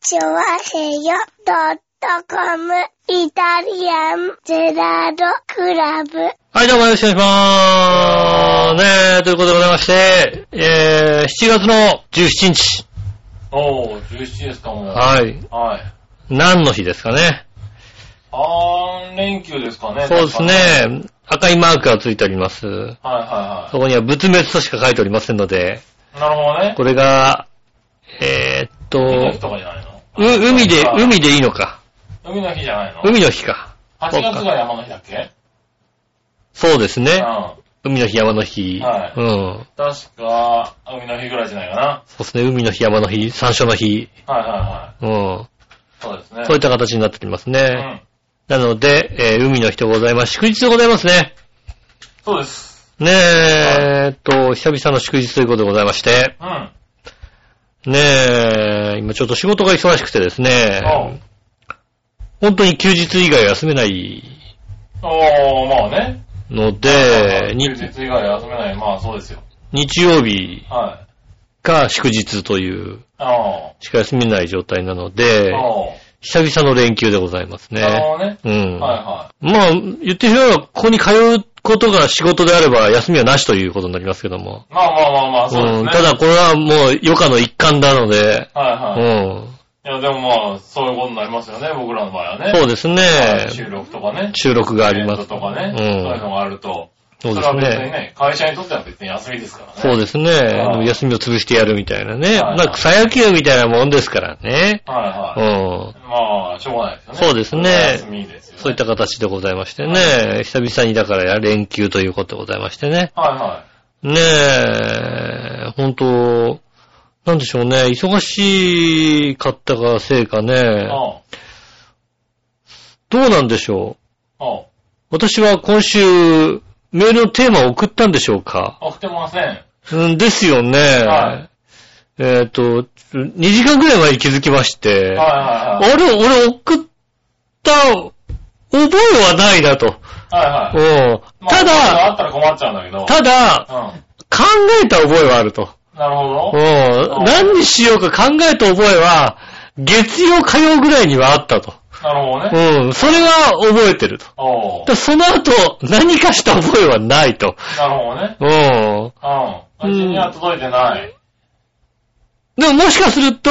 チョワヘヨドットコムイタリアンゼラードクラブ。はい、どうもよろしくお願いします。ねえ、ということでございまして、えー、7月の17日。おー、17ですか、もう。はい。はい。何の日ですかね。 3連休ですかね。そうです確か。ね。赤いマークがついております。はいはそこには仏滅としか書いておりませんので、いはい。なるほどね。これが、えー、っ海の日と、とかじゃないのう海で、あ海でいいのか。海の日じゃないの海の日か。 ?8 月が山の日だっけそうですうね。ん。海の日、山の日。はいうん。確か、海の日ぐらいじゃないかそうですね。海の日、山の日、山椒の日。な。はいはいはうん。い。そうですね。そういった形になっておりますうね。ん。なので、えー海の日でございます。祝日でございますね。そうです。ねえ、えーっと、久々の祝日ということでございまして。うん。あねえ、今ちょっと仕事が忙しくてですね。本当に休日以外休めないおー、まあね。のまあで、休に日以外休めない。まあそうですよ。日曜日はい。か祝日というあー。しか休めない状態なので、あー。久々の連休でございますなるね。ほどね。うん。はいはまあ、言ってしまえば、ここに通うことが仕事であれば休みはなしということになりますけども。い。まあまあまあまあ、そうですん。ね。ただこれはもう余暇の一環なので、はいはい。うん。いや、でもまあ、そういうことになりますよね、僕らの場合はね。そうですね。収録とかね。収録がありまイベンす。トとかね。うんそういうのがあると。そうでれはす別にね。ね、会社にとっては別に休みですからね。そうですねい。休みを潰してやるみたいなね。はいまあ、草野球みたいなもんですからね。はいうはい。ん。まあ、しょうがないですよね。そうですね休みですよ、ね。そういった形でございましてね。久々にだからや連休ということでございましてね。はいはねえ、本当なんでしょうね、忙しかったがせいかい。ね、あどうなんでしょあ。あう。私は今週、メールのテーマを送ったんでしょうか。あ。送ってません。うん、ですよね。はえっ、と、2時間ぐらい前に気づきまして、はいあはいはい。れ、俺送った覚えはないなと。はいはい。うんまあたそういうのあだ、ったら困っちゃうんだけど。ただ、う考えた覚えはあると。ん。なるほど。うん。何にしようか考えた覚えは、月曜火曜ぐらいにはあったと。なるほどね。うん。それは覚えてると。おうでその後、何かした覚えはないと。なるほどね。うん。うん。うちには届いてない。でももしかすると、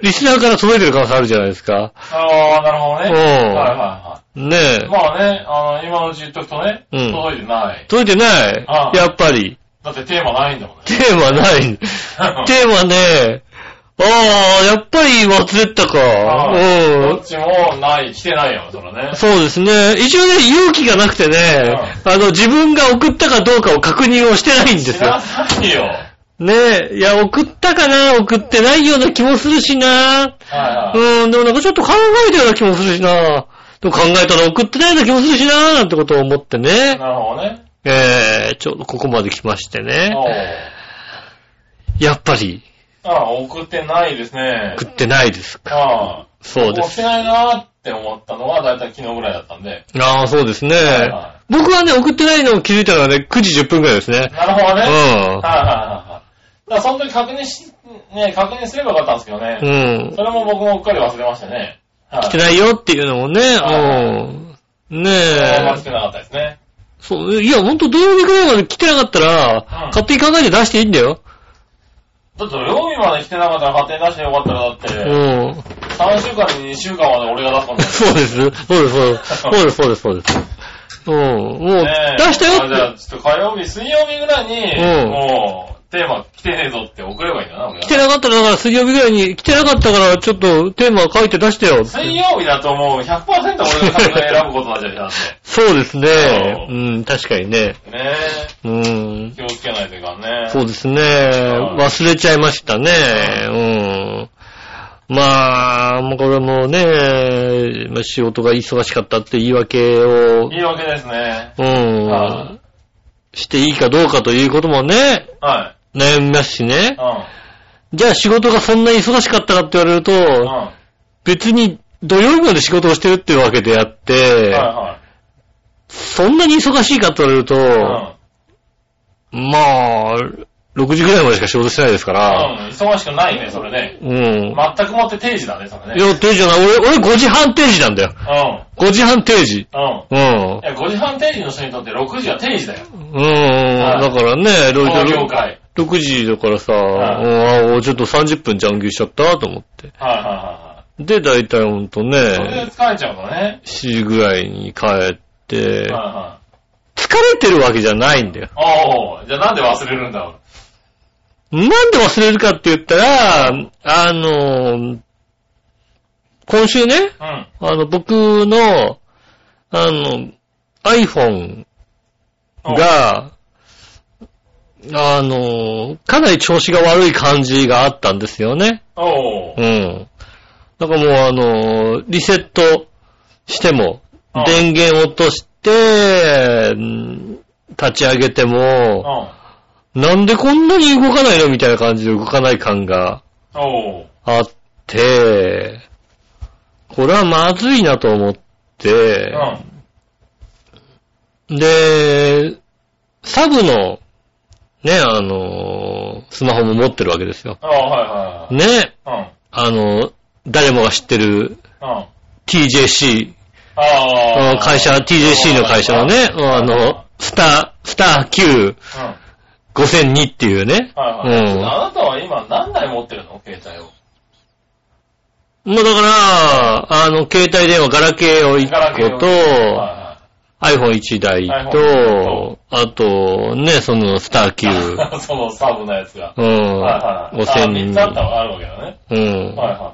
リスナーから届いてる可能性あるじゃないですか。ああ、なるほどね。うんはいはいはい。ねえ。まあね、あの、今のうち言っとくとね、うん届いてない。届いてないああやっぱり。だってテーマないんだもんね。テーマない。テーマね。ああ、やっぱり忘れてたか。うんうどんっ。ちもない、来てないよ、それね。そうですね。一応ね、勇気がなくてね、あの、自分が送ったかどうかを確認をしてないんで知すらよ。ないよ。ねえ、いや、送ったかな送ってないような気もするしなはいはい。うん、でもなんかちょっと考えたような気もするしなでも考えたら送ってないような気もするしななんてことを思ってね。なるほどね。えー、ちょうどここまで来ましてねお。うやっぱり、あ送ってないですね。送ってないですか。ああそうで送っすて。ないなーって思ったのは、だいたい昨日ぐらいだったんで。ああ、そうですねいは。僕はね、送ってないのを気づいたのはね、9時10分ぐらいですね。なるほどうね。ん。はいはいはいはい。だからその時確認し、ね、確認すればよかったんですけどうね。んそ。れも僕もうっかり忘れましたね。はい。来てないよっていうのもね、はうん。ねあんまえ来。てなかったですね。そう、いや、ほんと土曜日ぐらいまで来てなかったら、うん勝手に考えて出していいんだよ。だって土曜日まで来てなかったら勝手に出してよかったらだって、うん。 3週間に2週間まで俺が出したんだよ。そうです。そうです、そうです。そうです、そうです、そうです。うん。もう、ねえ出したよあじゃあ、っちょっと火曜日、水曜日ぐらいに、うんもう、テーマ来てねえぞって送ればいいんだな、俺て。が来てなかったら、だから水曜日ぐらいに来てなかったから、ちょっとテーマ書いて出してよって。水曜日だともう100%俺が選ぶことになっちゃうじゃんだっそうですね。ううん、確かにね。て。ねうんえ、。気をつけないといかんね。そうですね。ん忘れちゃいましたね。うん。まあ、もうこれもね、まあ仕事が忙しかったって言い訳を、言い訳ですね。うはん、していいかどうかということもね、はい。悩みますしねう。ん。じゃあ仕事がそんなに忙しかったかって言われるうん。と、は別に土曜日まで仕事をしてるっていうわけであっいて、はそんなに忙しいかって言われるい。うと、ん。まあ、 6時ぐらいまでしか仕事してないですから、うん、忙しくないね、それね。うん。全くもって定時だね、それいね。や、定時じゃない。俺、俺5時半定時なんだよ。うん。 5時半定時。うん。うんい。や、5時半定時の人にとって6時は定時だよ。うん、だからね、ころの業ろ界。 6時だからさ、はいうんあちょっと30分残業しちゃったと思って。はいはいはで、大体ほんといはい。それねで、疲れちゃうのね。 7時ぐらいに帰ってはい、は疲れてるわけじゃないんだよ。い。おー、じゃあなんで忘れるんだろう。なんで忘れるかって言ったら、あの、今週ね、うん。あの、僕の、あの、iPhone うん、が、あの、かなり調子が悪い感じがあったんですよね。おうー。ん。だからもうあの、リセットしてもうん、電源落として、うん立ち上げてうんも、。なんでこんなに動かないのみたいな感じで動かない感がおー。あって、これはまずいなと思ってう、ん。で、サブの、ね、あの、スマホも持ってるわけですよ。あー、はいはいね、はい。あの、誰もが知ってるうん。うん。 TJC、あああ。の会社、TJC の会社のね、あの、スター、スターうん。はい Q5002 っていうね。はい。うんちょっとあなたは今何台持ってるの携帯を。まあだから、あの、携帯電話、ガラケーを1個と、は iPhone1 台 iPhone と、あと、ね、その、スターい Q。はい そのサブのやつが。うはいん。はい。あ、3つあった5000のがあるわけだね。うはいん。は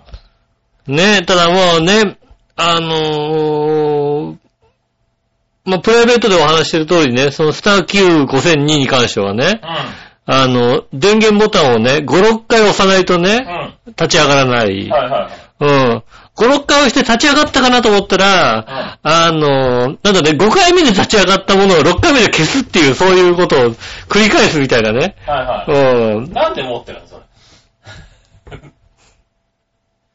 ね、ただもうね、あのーまあ、プライベートでお話ししてる通りね、そのスター Q5002 に関してはね、あの、電源ボタンをね、5、6回押さないとい。うね、ん。うん。立ち上がらない。はいはい。うん。5、6回押して立ち上がったかなと思ったら、あの、なんだね、5回目で立ち上がったものを6回目で消すっていう、そういうことを繰り返すみたいなね。はいはうい。ん。なんで持ってるのそれ。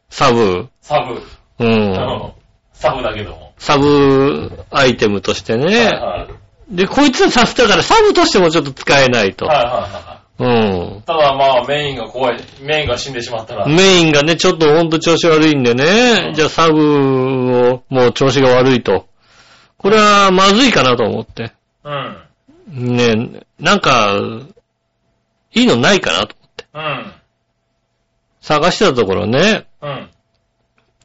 サブ。サブ。う。うんんサブだけども。サブアイテムとしてはいね。はい。で、こいつはさせたからサブとしてもちょっと使えないとはい。はいはい。うん。ただまあメインが怖い、メインが死んでしまったら。メインがね、ちょっとほんと調子悪いんでうねん。じゃあサブを、もう調子が悪いと。これはまずいかなと思って。うん。ねえ、なんか、いいのないかなと思って。うん。探してたところね、うん。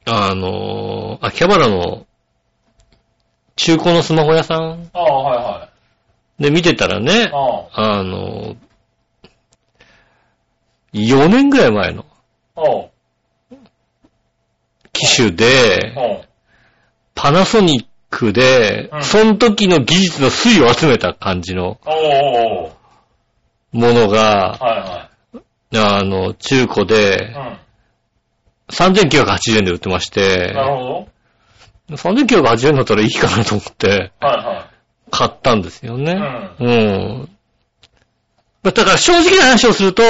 あのー、秋葉原の中古のスマホ屋さんああ、はで見てたらねいはい。、ああのー、4年ぐらい前のあ。おう。機種で、おう。パナソニックでう、んその時の技術の推を集めた感じのおうおうおう。ものが、はあの、中古いではい。 3980円で売ってましうん。て、なるほど。 3980円だったらいいかなと思ってはいはい。買ったんですよね。ううん。だから正直な話をすると、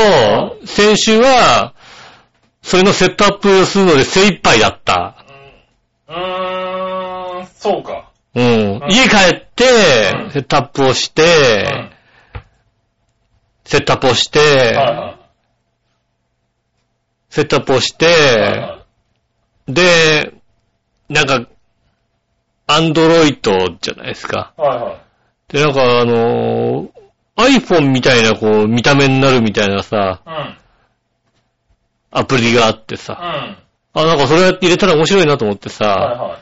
先週は、それのセットアップをするので精一杯だった。うーん、そうか。うん。ん家帰ってう、んセットアップをしうん。て、セットアップをして、はいはセットアップをしい。はいはて、いで、なんか、アンドロイドじゃないですか。はいはい。で、なんかあのー iPhone みたいなこう、見た目になるみたいなさ、うん。アプリがあってうん。さ、はいあ、なんかそれ入れたら面白いなと思ってさ、は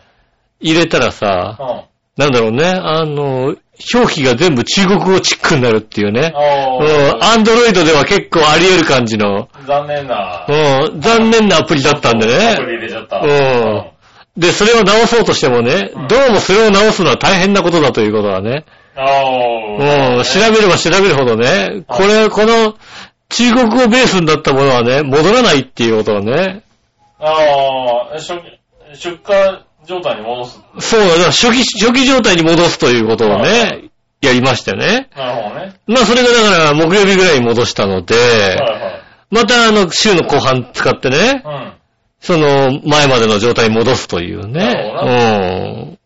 い。入れたらさ、なんだろうね、あのー表記が全部中国語チックになるっていうね。うん。おうーん、アンドロイドでは結構あり得る感じの、残念な。うん、残念なアプリだったんでアプリね。入れちゃった。うんで、それを直そうとしてもね、うんどうもそれを直すのは大変なことだということはね。あうん、調べれば調べるほどね、これ、この中国語ベースになったものはね、戻らないっていうことはね、あ。ああ、しょ出荷状態に戻す。そうだ、だから初期、初期状態に戻すということをはね、やりましたね。なるほどね。まあ、それがだから木曜日ぐらいに戻したので、はいはい。またあの、週の後半使ってね、うん。その前までの状態に戻すというなね、うん、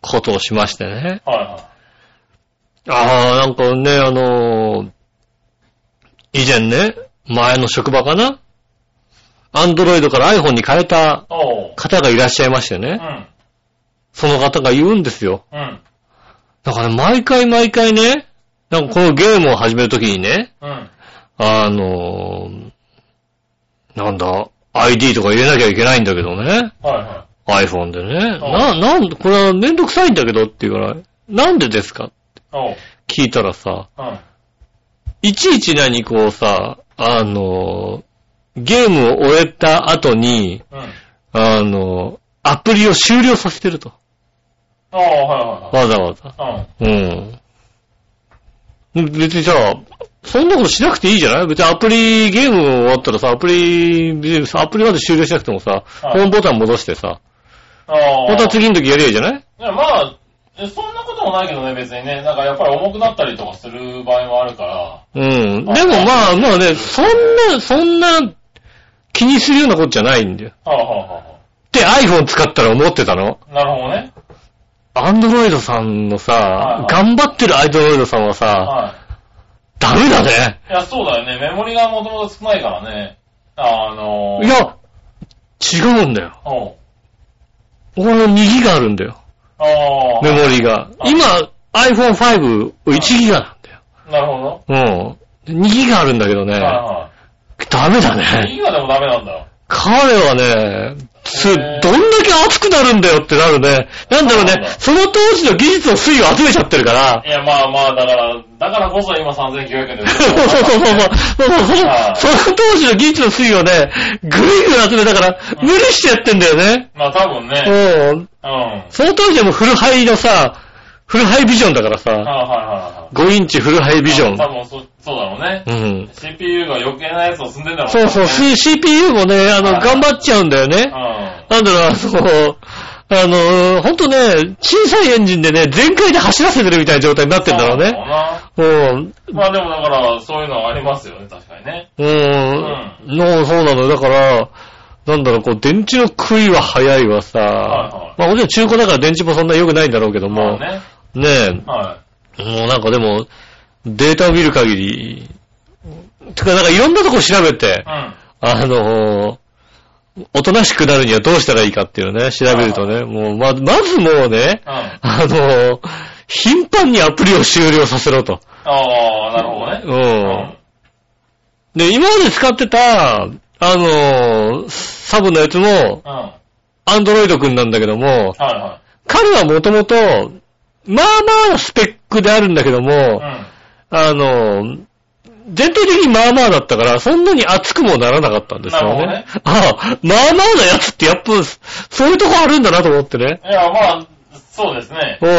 ことをしましてね。はいはい。ああ、なんかね、あのー以前ね、前の職場かなアンドロイドから iPhone に変えたおう。方がいらっしゃいましてうね。ん。その方が言うんですよ。うん。だからね毎回毎回ね、なんかこのゲームを始めるときにね、うん。あのーなんだ、ID とか入れなきゃいけないんだけどね。はいは iPhone でね。あな、なんで、これはめんどくさいんだけどっていうから、なんでですかい。おう。聞いたらさ、うん。いちいち何こうさ、あのーゲームを終えた後に、うん。あのーアプリを終了させてると。ああ、はわざわざ。いはいはい。うん。別にさ、そんなことしなくていいじゃない別にアプリ、ゲーム終わったらさ、アプリ、別にさアプリまで終了しなくてもさ、あホームボタン戻してさ、うん。ああ。また次の時やりゃいいじゃないいや、まあ、えそんなこともないけどね、別にね。なんかやっぱり重くなったりとかする場合もあるから。うん。あでもまあまあね、そんな、そんな気にするようなことじゃないんだよ。はあ、はあはあはって iPhone 使ったら思ってたのあ、なるほどね。アンドロイドさんのはいはさい、頑張ってるアンドロイドさんはさ、はダメだね。い。いや、そうだよね。メモリがもともと少ないからね。あのー、いや、違うんだよ。おう、俺の2ギガあるんだよ。ああ、メモリが。あ今、iPhone5、1ギガなるほど。なんだよ。うん。2ギガあるんだけどね、はダメだいはい。ね。ギガでもダメなんだよ。彼はね、す、どへんだーけ熱くなるんだよってなるね。なんだろうそうなんねだ、その当時の技術の推移を集めちゃってるから。いや、まあまあ、だから、だからこそ今3900円で売ってる。そう そうそうそう。そうそうそあのーその当時の技術の推移をね、ぐいぐい集めたから、うん無理してやってんだよね。まあ多分ね。うん。うん。はその当時でもフルハイのさ、フルハイビジョンだからいさ、はいはいはい。 5インチフルハイビジョン多。分そ、そうだろうね。うん。 CPU が余計なやつを積んでんだろそうそう、ね C- CPU もね、あの、はい頑張っちゃうんだようん。ね。はなんだろう、あの、あの、ほんとね、小さいエンジンでね、全開で走らせてるみたいな状態になってんだろうね。ね。うん。まあでもだから、そういうのはありますよね、確かにね。うん。の、そうなの。だから、なんだろう、こう、電池の食いは早いわさ。はまあ、もちろん中古だから電池もそんな良くないんだろうけどまあも。ね。ねはえ、もうなんかでも、データを見る限り、てか、なんかいろんなとこ調べてい。、うん。あのーおとなしくなるにはどうしたらいいかっていうね、調べるとね、もう、ま、まずもうね、うん。あのー頻繁にアプリを終了させろと。ああ、なるほどう。ね。うんで、今まで使ってた、あのーサブのやつも、うん。はアンドロイド君なんだけどもい、は彼はもともと、まあまあスペックであるんだけどい。うも、ん。あのー全体的にまあまあだったから、そんなに熱くもならなかったんですよね。なるああ、まあまあなやつってやっぱ、そういうとこあるんだなと思ってね。いや、まあ、そうですね。おうおうあ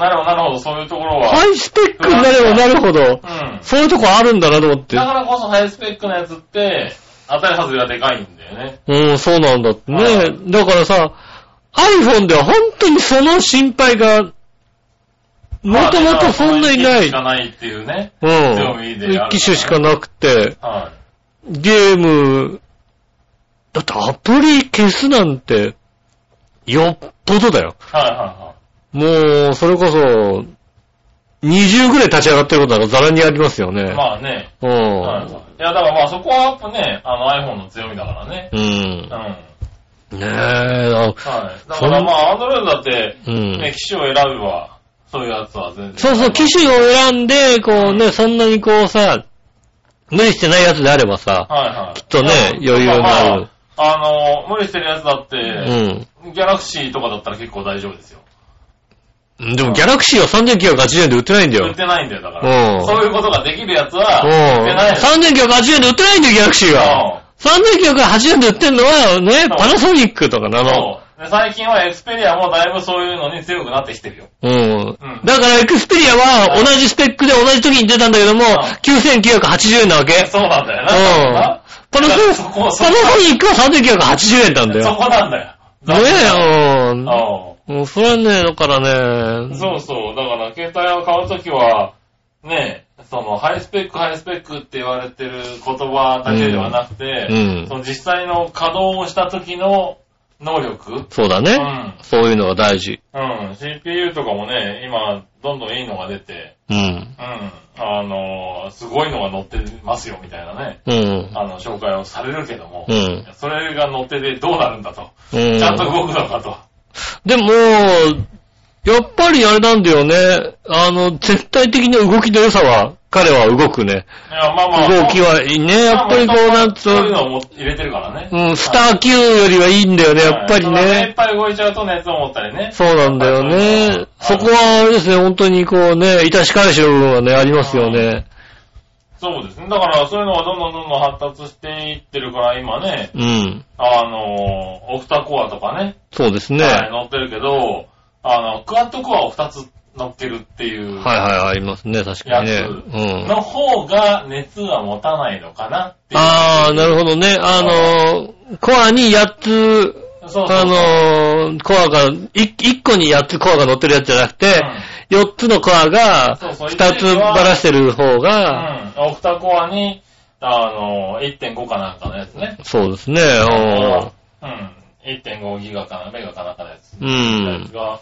なるほど、なるほど、そういうところは。ハイスペックになればなるほどう、ん。そういうとこあるんだなと思ってだ。からこそハイスペックのやつって、当たり外れがでかいんだよね。うん、そうなんだってはね。だからさ、iPhone では本当にその心配が、もともとそんなになしい。かないっていうね。うん興味。であるから一機種しかなくて、はゲーム、だってアプリ消すなんて、よっぽどだよ。い。はいはもう、それこそ、20ぐらい立ち上がってることなんかザラにありますよいはね。い。まあね。うはいはいいや、だからまあそこはやっぱね、あの iPhone の強みだからね。ん。う。うんはい。ん。ねえ、あだからまあ、アンドロイドだって、うん。ね、機種を選べば、そういうやつは全然。そうそう、機種を選んで、こうね、そんなにこうさ、無理してないやつであればさ、はいはい。きっとね余裕がある。あの、無理してるやつだっうて、ん。ギャラクシーとかだったら結構大丈夫ですよ。でもギャラクシーは3980円で売ってないんだ売っよ。てないんだよ、だから。うんそういうことができるやつうは、ん。売ってないの。 3980円で売ってないんだよ、ギャラクシーは。3980円で売ってんのはね、そうパナソニックとかなうんの。そうで最近はエクスペリアもだいぶそういうのに強くなってきてるよ。うんうん。だからエクスペリアはうん同じスペックで同じ時に出たんだけども、9980円なわけ。そうなんだようんな。パナソそこそパこナソニックは3980円なんだそよ。こなんだよ。ねえ、うん。うもうそれはね、だからね、ん。そうそう。だから、携帯を買うときは、ねえ、その、ハイスペック、ハイスペックって言われてる言葉だけではなくて、うんうんその実際の稼働をした時の能力そうだうね。ん。そういうのが大事。うん。CPU とかもね、今、どんどんいいのが出て、うん。うん。あのー、すごいのが載ってますよ、みたいなね。うん。あの、紹介をされるけどもう、ん。それが載っててどうなるんだと。うんちゃんと動くのかと。でも、やっぱりあれなんだよね。あの、絶対的な動きの良さは、彼は動くね。いや、まあまあ。動きはいいね。やっぱりこう、なんつそういううの、のも入れてるからね。うん、スター級よりはいいんだよね、やっぱりはいそのねいっね。ぱい動いちゃうと熱を持ったりね。そうなんだよね。そこは、あれですね、本当にこうね、いたし返しの部分はね、ありますよね。そうですね。だから、そういうのがどんどんどんどん発達していってるから、今ね、うん。あのー、オフタコアとかね、そうですね。はい、は乗ってるけど、あの、クワッドコアを2つ乗っけるってい、いうはい、ありますね、確かにねや。うん。の方が熱は持たないのかなっていう。あー、なるほどね。あの、コアに8つ、そうそうあのー、コアが、い一個に8つコアが乗ってるやつじゃなくて、4つのコアがそうそう2つばらしてる方が、うん。うん。オフタコアに、あのー、1.5かなんかのやつね。そうですね、うん。1.5ギガかな、メガかなんかのやつ。うやつん。が、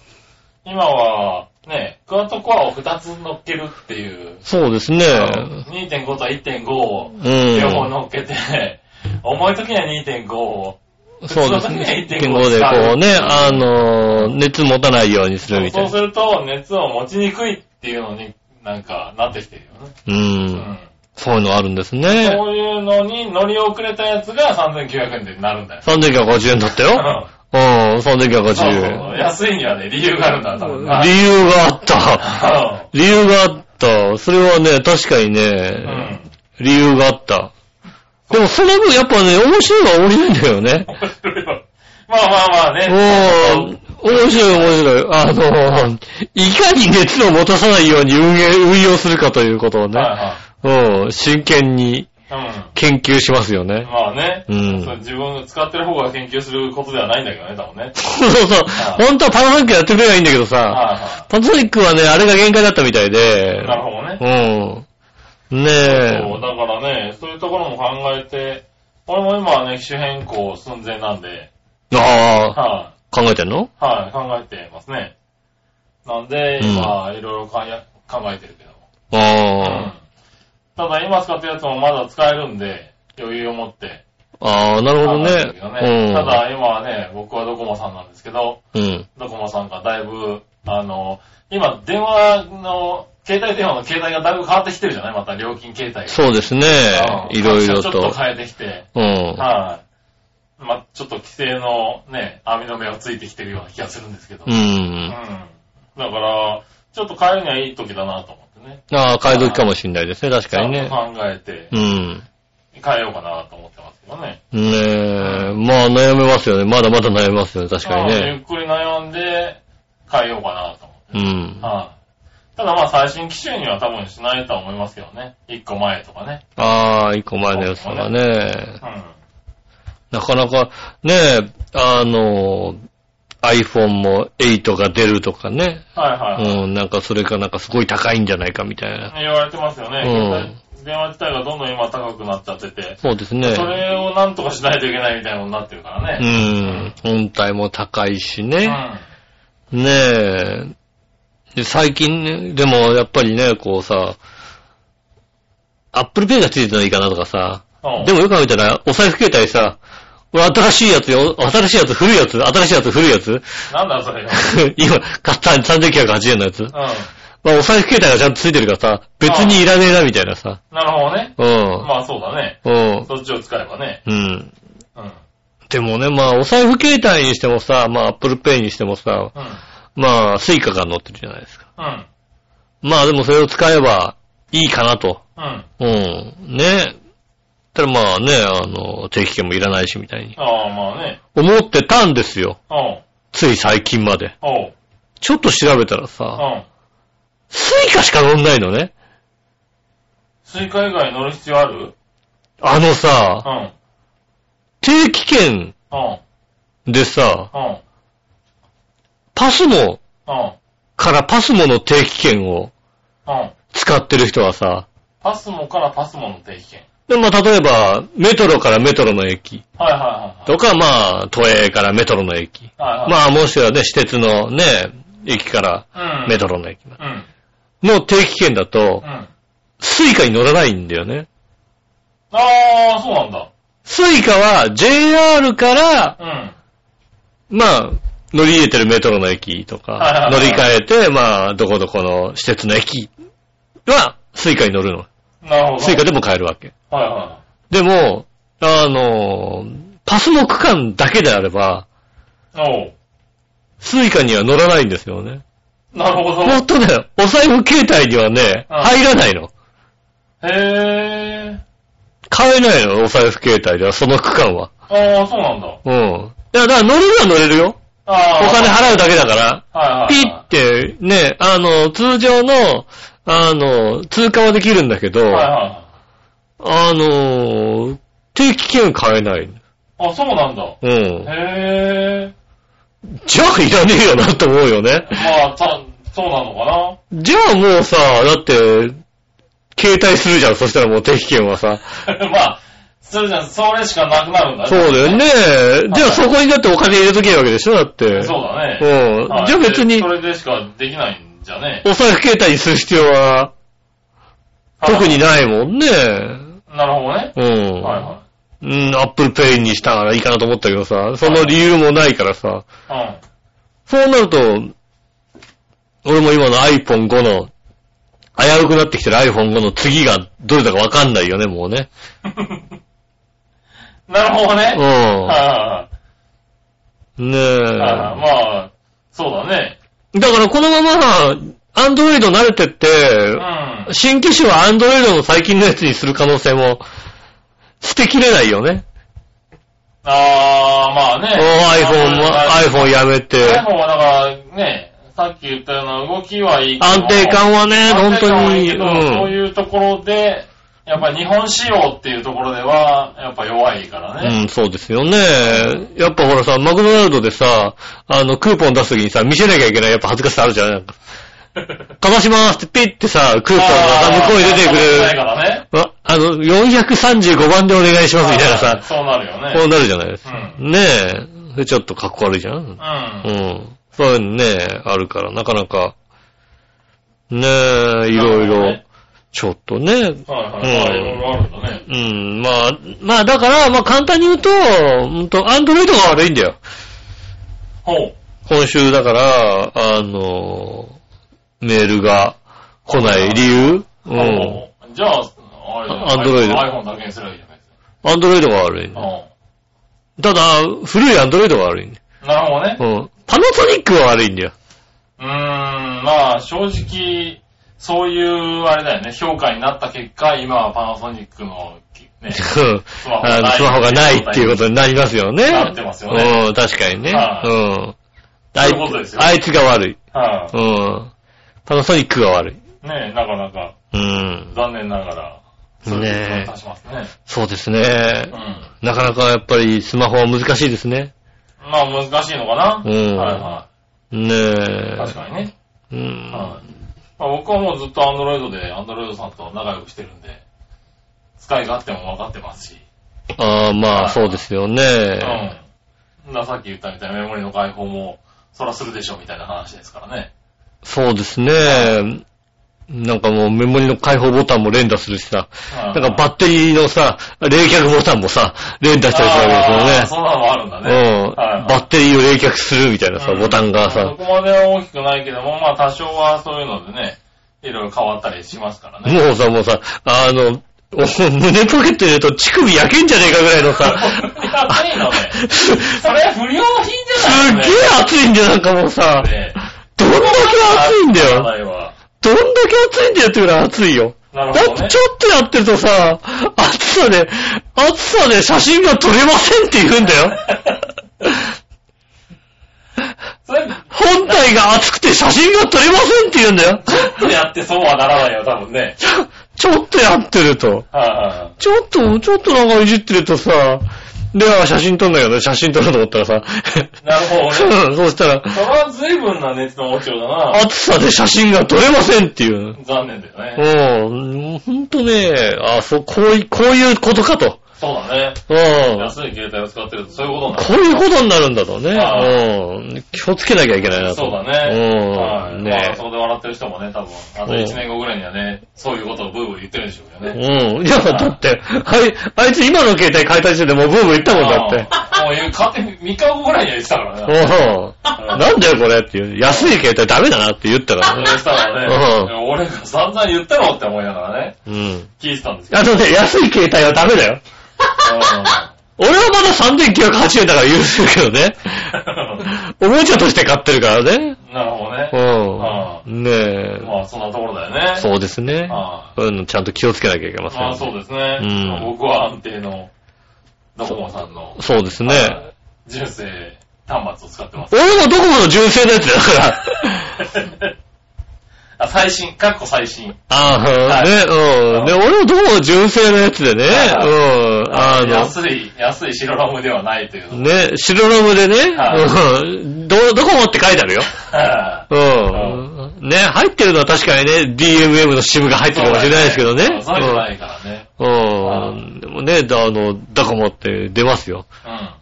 今は、ね、クワッドコアを2つ乗っけるっていう、そうですね。 2.5と1.5をう両方ん。乗っけて、重い時には2.5を、そうですね。健康でこうね、あのー、熱持たないようにするみたそいうすな。ると熱を持ちにくいっていうのになんかなってきてるよね。う。うんん。そういうのあるんですね。そういうのに乗り遅れたやつが3900円でなるんだよ。 3950円だったよ。うん、そうそう3950円。安いにはね、理由があるんだ、多分な。理由があ った。う理由があった。それはね、確かにんうね、ん。理由があった。でもその分やっぱね、面白いのは面白いんだよね。面白いわまあまあまあね。もう、面白い面白い。あの、いかに熱を持たさないように運営、運用するかということをね、はうん、真剣にいはい。研究しますようん。ね。まあね。うんそう自分が使ってる方が研究することではないんだけどね、多分ね。そうそうそう。本当はパナソニックやってくればいいんだけどさ、はいはパナソニックはね、あれが限界だったみたいでい。、なるほどね。うん。ねそう、え、だからね、そういうところも考えて、俺も今はね、機種変更寸前なんで、ああ、は考えてんのい、はい、考えてますね。なんで、うん今、いろいろ考え考えてるけども。うんああ、ただ、今使ってるやつもまだ使えるんで、余裕を持って。ああ、なるほど考えてるけどね。うん。ただ、今はね、僕はドコモさんなんですけど、うん。ドコモさんがだいぶ、あの、今、電話の、携帯電話の携帯がだいぶ変わってきてるじゃないまた料金携帯が。そうですね。うんいろいろちょっと。と変えてきて。うん。はい。まあ、ちょっと規制のね、網の目をついてきてるような気がするんですけど。ううんん。だから、ちょっと変えるにはいい時だなと思ってね。ああ、買い時かもしれないですね、確かにねち。ゃんと考えてう、ん。変えようかなと思ってますけどね。ねえ、まあ悩めますよね。まだまだ悩めますよね、確かにうんゆね。っくり悩んで、変えようかなと思っうて。ん。あはい。ただまあ最新機種には多分しないとは思いますけどね。1個前とか ね。あ、一個前のやつとかね。うん。なかなか、ねえ、あの、iPhone も8が出るとかね。はいはい。 うん、なんかそれかなんかすごい高いんじゃないかみたいな。言われてますよね。うん携帯電話自体がどんどん今高くなっちゃってて。そうですね。それをなんとかしないといけないみたいなことになってるからうね。ん。本体も高いしね。うん。ねえ。で最近ね、でもやっぱりね、こうさ、Apple Pay がついてないかなとかさ、そうでもよく考えたら、お財布携帯さ、俺新しいやつよ、新しいやつ、古いやつ、新しいやつ、古いやつ、 なんだそれよ。今、買った3980円のやつ。うまあ、お財布携帯がちゃんとついてるからさ、別にいらねえな、みたいなさ。ん。なるほどね。うん。まあそうだね。うん。そっちを使えばね。うん。うん。うん。でもね、まあ、お財布携帯にしてもさ、まあ、Apple Pay にしてもさ、まあ、スイカが乗ってるじゃないですか。うん。まあ、でもそれを使えばいいかなと。うん。うん。ね。たらまあね、あの、定期券もいらないしみたいに。ああ、まあね。思ってたんですよ。おう。つい最近まで。おう。ちょっと調べたらさ、うん。スイカしか乗んないのね。スイカ以外乗る必要あるあのうさ、ん。定期券うん。でさ、うん。パスモうん。からパスモの定期券をうん。使ってる人はさ、パスモからパスモの定期券。で、まあ、例えば、メトロからメトロの駅はいはいとか、まあ、都営からメトロの駅。はい。はいはい。まあ、もしくはね、私鉄のね、駅からまメトロの駅まで。うん。うん。の定期券だとう、ん。スイカに乗らないんだよね。ああ、そうなんだ。スイカは JR から、うん。まあ、乗り入れてるメトロの駅とはいか、はい乗はいり換えて、まあ、どこどこの施設の駅は、スイカに乗るの。なるほど。スイカでも買えるわけ。はいはでも、あの、パスの区間だけであれば、い。おう。スイカには乗らないんですよね。なるほど。本当だよ。お財布携帯にはね、うん入らないの。へえ。買えないの、お財布携帯では、その区間は。ああ、そうなんだ。うん。いや、だから乗れるは乗れるよ。おああ。金払うだけだから。はいはいはい。ピッて、ね、あの、通常の、あの、通過はできるんだけど、はいはあの、定期券買えない。いはい。あ、そうなんだ。うん。へえ。じゃあいらねえよなと思うよね。まあ、た、そうなのかな。じゃあもうさ、だって、携帯するじゃん。そしたらもう定期券はさ。 まあ、それじゃん、それしかなくなるんだね。そうだよね。じゃあそこにだってお金入れとけばいいわけでしょだって。そうだね。うん。はいじゃあ別にそ、れでしかできないんじゃね。お財布携帯にする必要は、特にないもんね。あ。なるほどね。うはいん。はうん、アップルペイにしたらいいかなと思ったけどさ、その理由もないからさ。い。うん。そうなると、俺も今の iPhone5 の、危うくなってきてる iPhone5 の次がどれだかわかんないよね、もうね。 なるほどね。はいはういはいん。ねはいはい。え。まあ、そうだね。だからこのまま、アンドロイド慣れてってう、ん。新機種はアンドロイドの最近のやつにする可能性も、捨てきれないよね。あー、まあ おね。 iPhone も、iPhone やめて。 iPhone はだから、ね、さっき言ったような動きはいいけど安定感はね、本安定感当はいに、いけうどそういん。うところで、やっぱり日本仕様っていうところでは、やっぱ弱いから ね。うん、そうですよね。やっぱほらさ、マクドナルドでさ、あの、クーポン出すときにさ、見せなきゃいけない、やっぱ恥ずかしさあるじゃん。なんか、かましますってピッてさ、クーポンがさ、向こうに出てくあーないれる。からね。ああの、435番でお願いしますみたいなあーさ、そうなるよこうね。なるじゃないですうか。ん。ねえ。でちょっとかっこ悪いじゃん。う。うんん。そういうのね、あるから、なかなか、ねえ、いろいなるほどろね、ちょっとね、はいはい。まあ、うんいろいろあるんだね。うん、まあ、まあだから、まあ簡単に言うと、うんと、アンドロイドが悪いんだよ。ほう。今週だから、あの、メールが来ない理由、うん。ほうじゃあ、あれじゃないあ Android iPhone だけにすればいいじゃないですか。アンドロイドが悪い。うただ、古いアンドロイドが悪い。ん。なるほどねう。ん。パナソニックは悪いんだよ。 うーん、まあ、正直、そういう、あれだよね、評価になった結果、今はパナソニックの、うね、んスマホあの、スマホがないっていうことになりますよね。なってますよねうん、確かにね。はいうん。そういうことですよねあいつが悪い。はうん。パナソニックが悪い。い。ねなかなか、うん。残念ながら、そういう感じがしますね。そうですねうん。。なかなかやっぱりスマホは難しいですね。まあ、難しいのかな。うんはいはねい。え。確かにね。ううん。ん。まあ、僕はもうずっとアンドロイドで、アンドロイドさんと仲良くしてるんで、使い勝手も分かってますし、ああ、まはあいそうですようね。ん。なさっき言ったみたいなメモリの解放も、そらするでしょ、みたいな話ですからね。そうですね。なんかもうメモリの解放ボタンも連打するしさ。ななんかバッテリーのさ、冷却ボタンもさ、連打したりするわけですよあねー。そんなのもあるんだうね。ん。バッテリーを冷却するみたいなさ、うんボタンがそさ、こまでは大きくないけども、まあ多少はそういうのでね、いろいろ変わったりしますから ね。もうさ、もうさ、あの、お胸ポケット入れると乳首焼けんじゃねえかぐらいの さ、。熱いのね すっそれ不良の品じゃないげえ熱いんだよ、なんかもうさ、ねどんだけ熱いんだよ。ないわどんだけ熱いんだよってぐらい熱いよ。なだるっほどてねち。ょっとやってるとさ、暑さで、暑さで写真が撮れませんって言うんだ よ。それ、本体が熱くて写真が撮れませんって言うんだよ。ちょっとやってそうはならないよ、多分ね。ちょ、ちょっとやってると。はいはいはいちょっと、ちょっとなんかいじってるとさ、で、あ写真撮んだけど、写真撮ろうと思ったらさ、なるほど、ね。うんそうしたら、 それは随分な熱の応酬だな。暑さで写真が撮れませんっていう。残念だよね。うん、ほんとね、あ、そう、こうい、こういうことかと。そうだね。うん。安い携帯を使ってるとそういうことになる。こういうことになるんだとね。ああうん。気をつけなきゃいけないなと。そうだね。うんはい。ねまあ、そこで笑ってる人もね、多分、あと1年後ぐらいにはね、そういうことをブーブー言ってるんでしょうけどね。うん。いや、だって、はい、あいつ今の携帯変えた時点でもうブーブー言ったもんだって。ああもう言う、買って3日後ぐらいには言ってたからね。うん。なんだよこれっていう。安い携帯ダメだなって言ったからそねれ。したらね、俺が散々言ったろって思いながらね、うん。聞いてたんですけど。あのね、安い携帯はダメだよ。俺はまだ3980円だから許せるけど ね。おもちゃとして買ってるからね。うんなるほどね。あうん。ねえ。まあ、そんなところだよね。そうですね。あそういうのちゃんと気をつけなきゃいけません。ああ、そうですね。うん僕は安定の、ドコモさんの、そうですね。純正端末を使ってます。 俺もドコモの純正のやつだから。あ、最新、かっこ最新。ああ、はいね、うん。で、俺もどこも純正のやつでね、はいうん。あの、安い、安い白ラムではないという。ね、白ロムでね、はうん。ど、どこもって書いてあるよ。はうん。ね、入ってるのは確かにね、DMM の SIM が入いってるかもしれないですけどね。 そうじゃないからね。うん。うん。でもね、だあの、ドコモって出ますよ。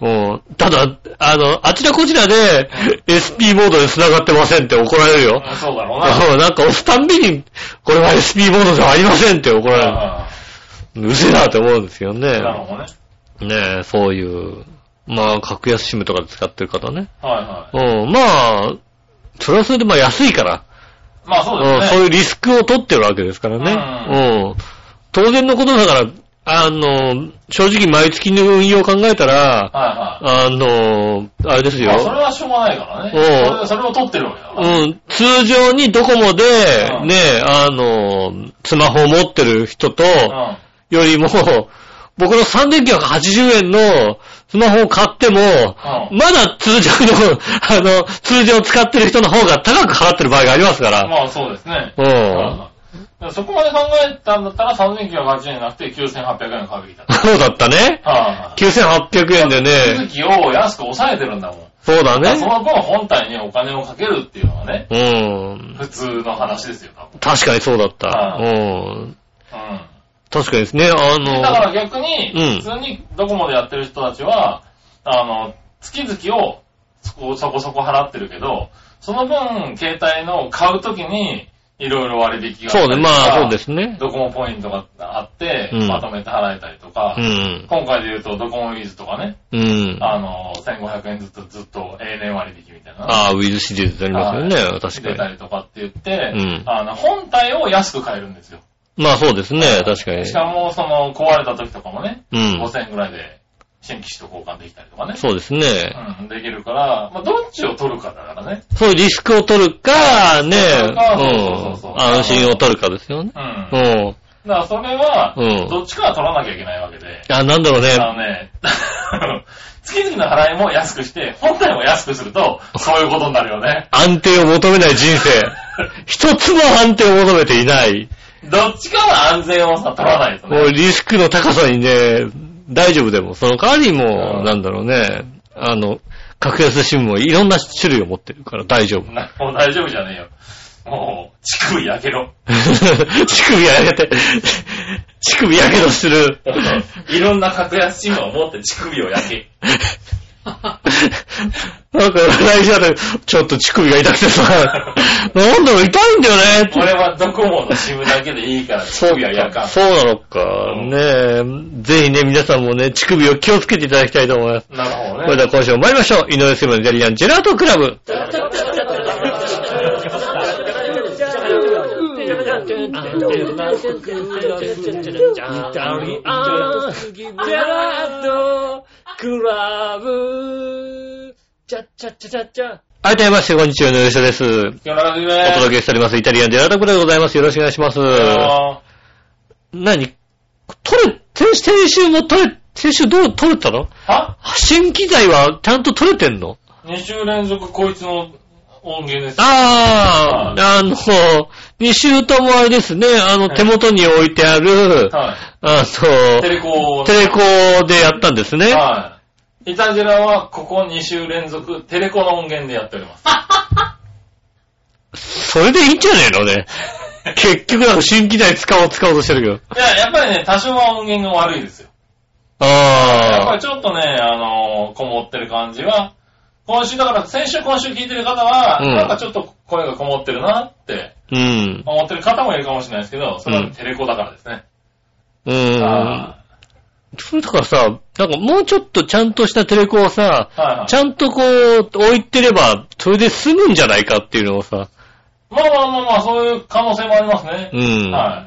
うん。うん。ただ、あの、あちらこちらで、SP モードで繋がってませんって怒られるよ。そうだろうな。うんなんか押すたんびに、これは SP モードではありませんって怒られる。うるせえなって思うんですようんね。なるほどね。ねえ、そういう、まあ、格安シムとかで使ってる方ね。はいはうん、まあ、それはそれでまあ安いから、い。まあそううん、ですそうね。いうリスクを取ってるわけですからね。うん。当然のことだから、あの、正直毎月の運用を考えたら、はいはあの、あれですい。よ。まあそれはしょうがないからね。うんそれそれを取ってるわけだから。うん、通常にドコモで、うんね、あの、スマホを持ってる人と、うん。よりも、 僕の3980円のスマホを買っても、うんまだ通常の、 あの、通常使ってる人の方が高く払ってる場合がありますから。まあそうですね。うん。うんそこまで考えたんだったら3980円じゃなくて9800円買うべきだ。そうだったね。はい。 9800円で続ね。きを安く抑えてるんだもん。そうだそね。の分本体にお金をかけるっていうのはね、うん。普通の話ですよ、多分。確かにそうだった。ううん。うん。確かにですね。あだかの、ら逆うんに、普通にドコモでやってる人たちは、あの、月々をそこそこそこ払ってるけど、その分、携帯の買うときに、いろいろ割引があそっうたね。りとかまあ、そうですね。ドコモポイントがあって、うんまとめて払えたりとか、うん。今回で言うとドコモウィズとかね、うん。あの、1500円ずつずっと永年割引みたいなのがああ、ウィズシリーズでありますよね。確出かたに。りとかって言って、うんあの、本体を安く買えるんですよ。まあ、そうですね。確かにし。かも、その、壊れた時とかもね、うん。 5000円ぐらいで新機種と交換できたりとかね。そうですね。うん、できるから、まあ、どっちを取るかだからね。そういうリスクを取るか、ねえ、う。そうそうそうそうん安心を取るかですよね。うん。うだん。からそれはうん、どっちかは取らなきゃいけないわけで、あ、なんだろうあね。のね、 月々の払いも安くして、本体も安くすると、そういうことになるよね。安定を求めない人 生。一つも安定を求めていない。どっちかは安全をさ、取らないともうね。リスクの高さにね、大丈夫でも、その代わりも、うんなんだろうね、あの、格安新聞もいろんな種類を持ってるから大丈 夫。 なもう大丈夫じゃねえよ。もう、乳首焼けろ。乳首やけて、乳首やけどす る。 いろんな格安チームを持って乳首を焼け。なんか、来週あたりちょっと乳首が痛くてさ、なんだろう、痛いんだよねって。俺はドコモのシムだけでいいから、乳首はやかん。そうなのか。ねえ。ぜひね、皆さんもね、乳首を気をつけていただきたいと思います。なるほそどれね。では今週も参りましょう。井上セブンイタリアンジェラートクラブ。はい、どうもまして、こんにちは、井上翔です。お今日中島届けしております。イタリアンジェラートクラブでございます。よろしくお願いします。あ何取れ、先先週も取れ、先週どう取れたのーは新機材はちゃんと取れてんの ?2 週連続こいつの音源です。ああ、あの、2週ともあれですね、あの、はい手元に置いてある、はあい。テレの、コを。テレコでやったんですね。はイタジラはここ2週連続テレコの音源でやっております。それでいいんじゃねえの ね。結局なんか新機材使おう使おうとしてるけど。いや、やっぱりね、多少は音源が悪いですよ。やっぱありちょっとね、あのーこもってる感じは、今週、だから先週今週聞いてる方は、うんなんかちょっと声がこもってるなってー。うん。思ってる方もいるかもしれないですけど、それうはんテレコだからですね。う。うんはそれだからさ、なんかもうちょっとちゃんとしたテレコをさ、いはいち。ゃんとこう置いてれば、それで済むんじゃないかっていうのをさ、まあまあまあまあ、そういう可能性もありますねう。ん。は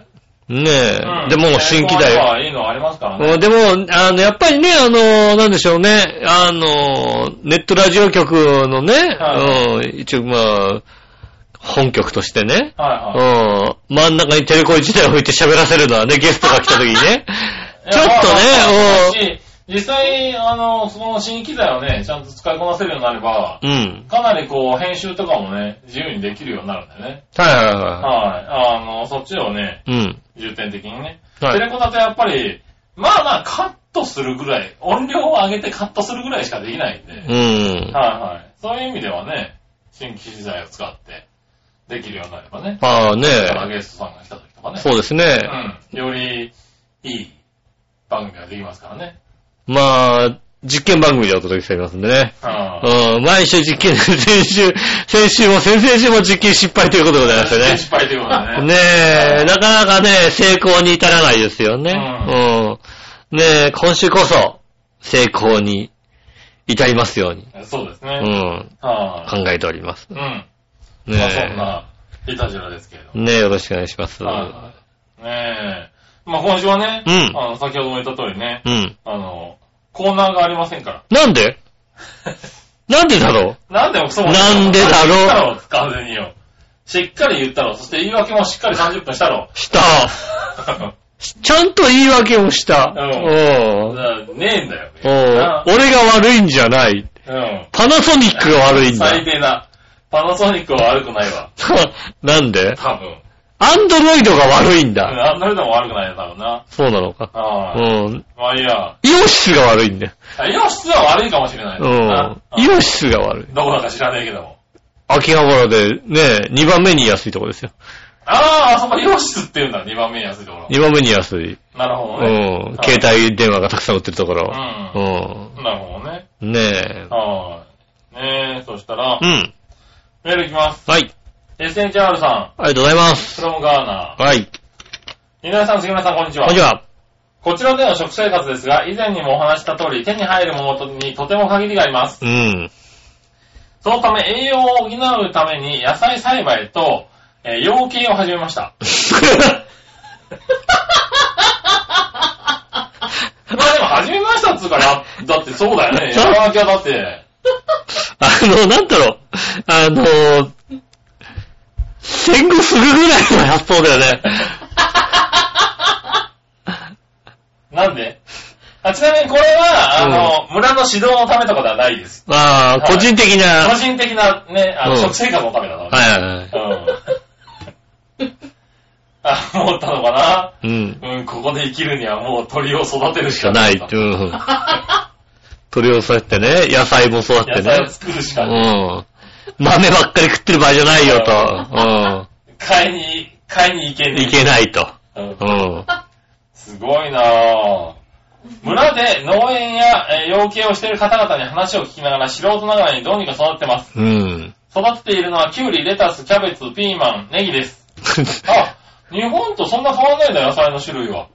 い。ねえ、うんでも新機材テレコはいいのありますからね。うんでも、あの、やっぱりね、あの、なんでしょうね、あの、ネットラジオ局のね、はうん、一応まあ、本局としてね、はいはい。うん、真ん中にテレコ自体を置いて喋らせるのはね、ゲストが来た 時にね、ちょっとねいやまあまあまあし実際、あの、その新機材をね、ちゃんと使いこなせるようになれば、うん。かなりこう、編集とかもね、自由にできるようになるんだよね。はいはいははい。あの、そっちをね、い。うん。重点的にね。はいテレコだとやっぱり、まあまあカットするぐらい、音量を上げてカットするぐらいしかできないんで、はいうん。はい。そういう意味ではね、新規資材を使って、できるようになればね。まあだからね、ゲストさんが来た時とかね。そうですね。うん。より、いい番組ができますからね。まあ、実験番組でお届けしておりますんでね。うん。うん、毎週実験、先週、先週も先々週も実験失敗ということでございましたね。 失敗ということだね。ねえ、なかなかね、成功に至らないですよね。うん。ねえ、今週こそ、成功に至りますように、そうですうね。ん、はい。考えております。うん。ねまあそんえ、な、いたじらですけれども。ねえ、よろしくお願いします。うはい。ねえ。まあ今週はね、うんあの、先ほども言った通りね、ん。あの、コーナーがありませんから。なん でなんでだろなんでもそうなんでだろう言ったろ、完全によ。しっかり言ったろ。そして言い訳もしっかり30分し たろ。うした。ちゃんと言い訳をした。ううん。なねえんだよ。おう俺が悪いんじゃない。うん。パナソニックが悪いんだ。最低な。パナソニックは悪くないわ。 なんで多分。アンドロイドが悪いんうんだ。アンドロイドも悪くないよ、多分な。そうなのか。うああ。ん。まあいいや。イオシスが悪いんだよ。あイオシスは悪いかもしれないな。あうん。イオシスが悪い。どこだか知らねえけども。秋葉原でね、2番目に安いとこですよ。ああ、そこイオシスって言うんだ、2番目に安いところ。 2番目に安い。なるほうどね。んは。い携帯電話がたくさん売ってるところ。う。うんなるほどね。ん。ねえ。はい。ねえ、そしたらう、ん。メールいきます。はい。 SHR さありがとうございまん、す。フロムガーナはい。ー。稲田さん、杉村さん、こんにちは。こんにちは。こちらでの食生活ですが、以前にもお話しした通り、手に入るものにとても限りがあります。うん。 そのため、栄養を補うために、野菜栽培と、えー養鶏を始めました。まあでも、始めましたっつうから、だってそうだよね。やらなきゃだって。あの、なんだろう、あの、戦後すぐぐらいの発想だよね。なんであちなみにこれは、あの、村の指導のためとかではないです。まあ、はい個人的な、個はい人的なね、あの、うん食生活のためだな。はいはい。うんあ、思ったのかうん。なうん、ここで生きるにはもう鳥を育てるししかかなないい。って、うん。取りそうやってね、野菜もそうやって野菜をね。作るしうかない。ん。豆ばっかり食ってる場合じゃないよと。買いに、買いに行けうん。ねいけないと。え。うんうん。すごいなぁ。村で農園やえー養鶏をしている方々に話を聞きながら素人ながらにどうにか育ってます。うん。育てているのはキュウリ、レタス、キャベツ、ピーマン、ネギです。あ、日本とそんな変わんないんだよ、野菜の種類は。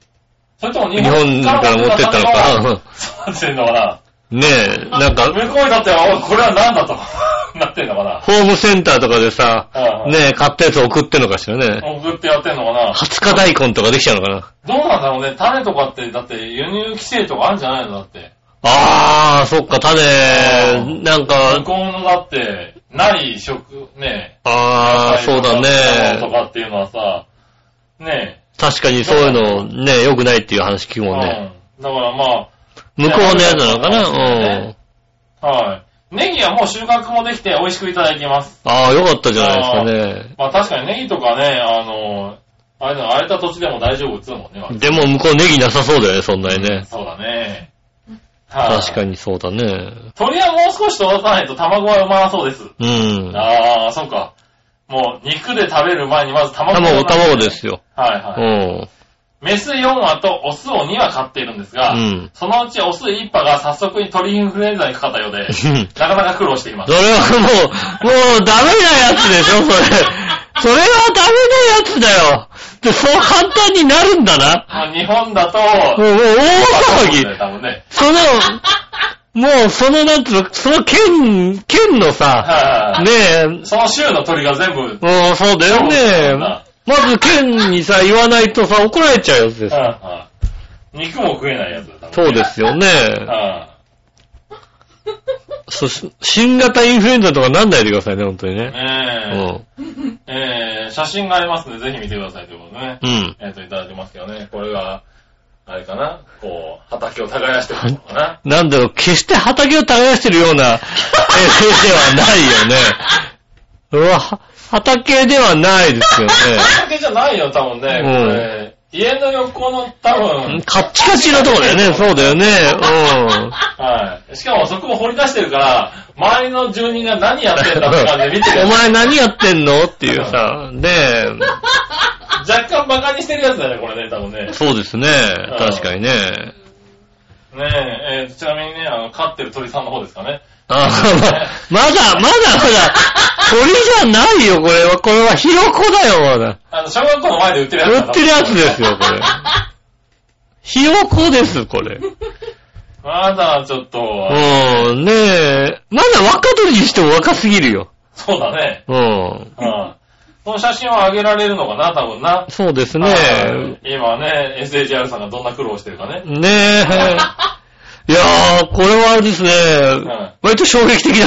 それとも 日日本本から持ってったのか。そうなってんのかな。ねえ、なんか、向こうにとっては、おいこれは何だと、 なってんのかな。ホームセンターとかでさ、うんうんねえ、買ったやつ送ってんのかしらね。送ってやってんのかな。 20日大根とかできちゃうのかな。どうなんだろうね、種とかって、だって輸入規制とかあるんじゃないのだって。あー、そっか、種、なん向か、こうのだって、ない食、ねあー、そうだとね。かっていうのはさ、ね確かにそういうの、ね、良くないっていう話聞くもんね。うん。だからまあ、向こうのやつなのかなうねん。はい。ネギはもう収穫もできて美味しくいただいています。あー、良かったじゃないですかね。まあ確かにネギとかね、あの、あれだ、荒れた土地でも大丈夫っつうもんね。でも向こうネギなさそうだよね、そんなにね。そうだね。はい確かにそうだね。鳥はもう少し届かないと卵は生まなそうです。うん。ああ、そうか。もう肉で食べる前にまず卵卵、を卵ですよ。はいはうい。ん。メス4羽とオスを2羽飼っているんですが、うん。 そのうちオス1羽が早速に鳥インフルエンザにかかったようで、なかなか苦労していまそす。れはもう、もうダメなやつでしょ、それ。 それはダメなやつだよ。で、そう簡単になるんだな。まあ日本だと、もう、もう大騒ぎ。多分ね。そ の、もうその、なんつうの、その県、県のさ、はいはいねえ、その州の鳥が全部、もうそうだよそうねだ。まず県にさ、言わないとさ、怒られちゃうやつです。はいはい肉も食えないやつだ、そうですよね。す。はそし新型インフルエンザとかなんないでくださいね、本当にいね。うねん。え、えー写真がありますので、ぜひ見てくださいということでね。うん。えっ、と、いただいてますけどね。これが、あれかなこう、畑を耕してるのかななんだろう、決して畑を耕してるよう な衛星ではないよね。うわ、は畑ではないですよ畑じゃないよ、多分ね。うんこれ、家の横の多ね。分、カッチカチのとこだよね、そうだよね。 うん。はい。しかもそこを掘り出してるから、周りの住人が何やってんだって感じで見てるお。前何やってんのっていうさ、ね若干馬鹿にしてるやつだね、これね、多分ねえ。。そうですね。確かにね。ねえ、えーちなみにね、あの、飼ってる鳥さんの方ですかね。あままだ、まだまだ、鳥じゃないよ、これは。これはひろこだよ、まだ。あの、小学校の前で売ってるやつだ売ってるやつですよ、これ。ひよこです、これ。まだちょっと、うん、ねえ。まだ若鳥にしても若すぎるよ。そうだね。うん。うん。その写真は上げられるのかな、多分な。そうですねはい今ね、SHR さんがどんな苦労してるかね。ねえ。いやー、これはあれですねん。割と衝撃的な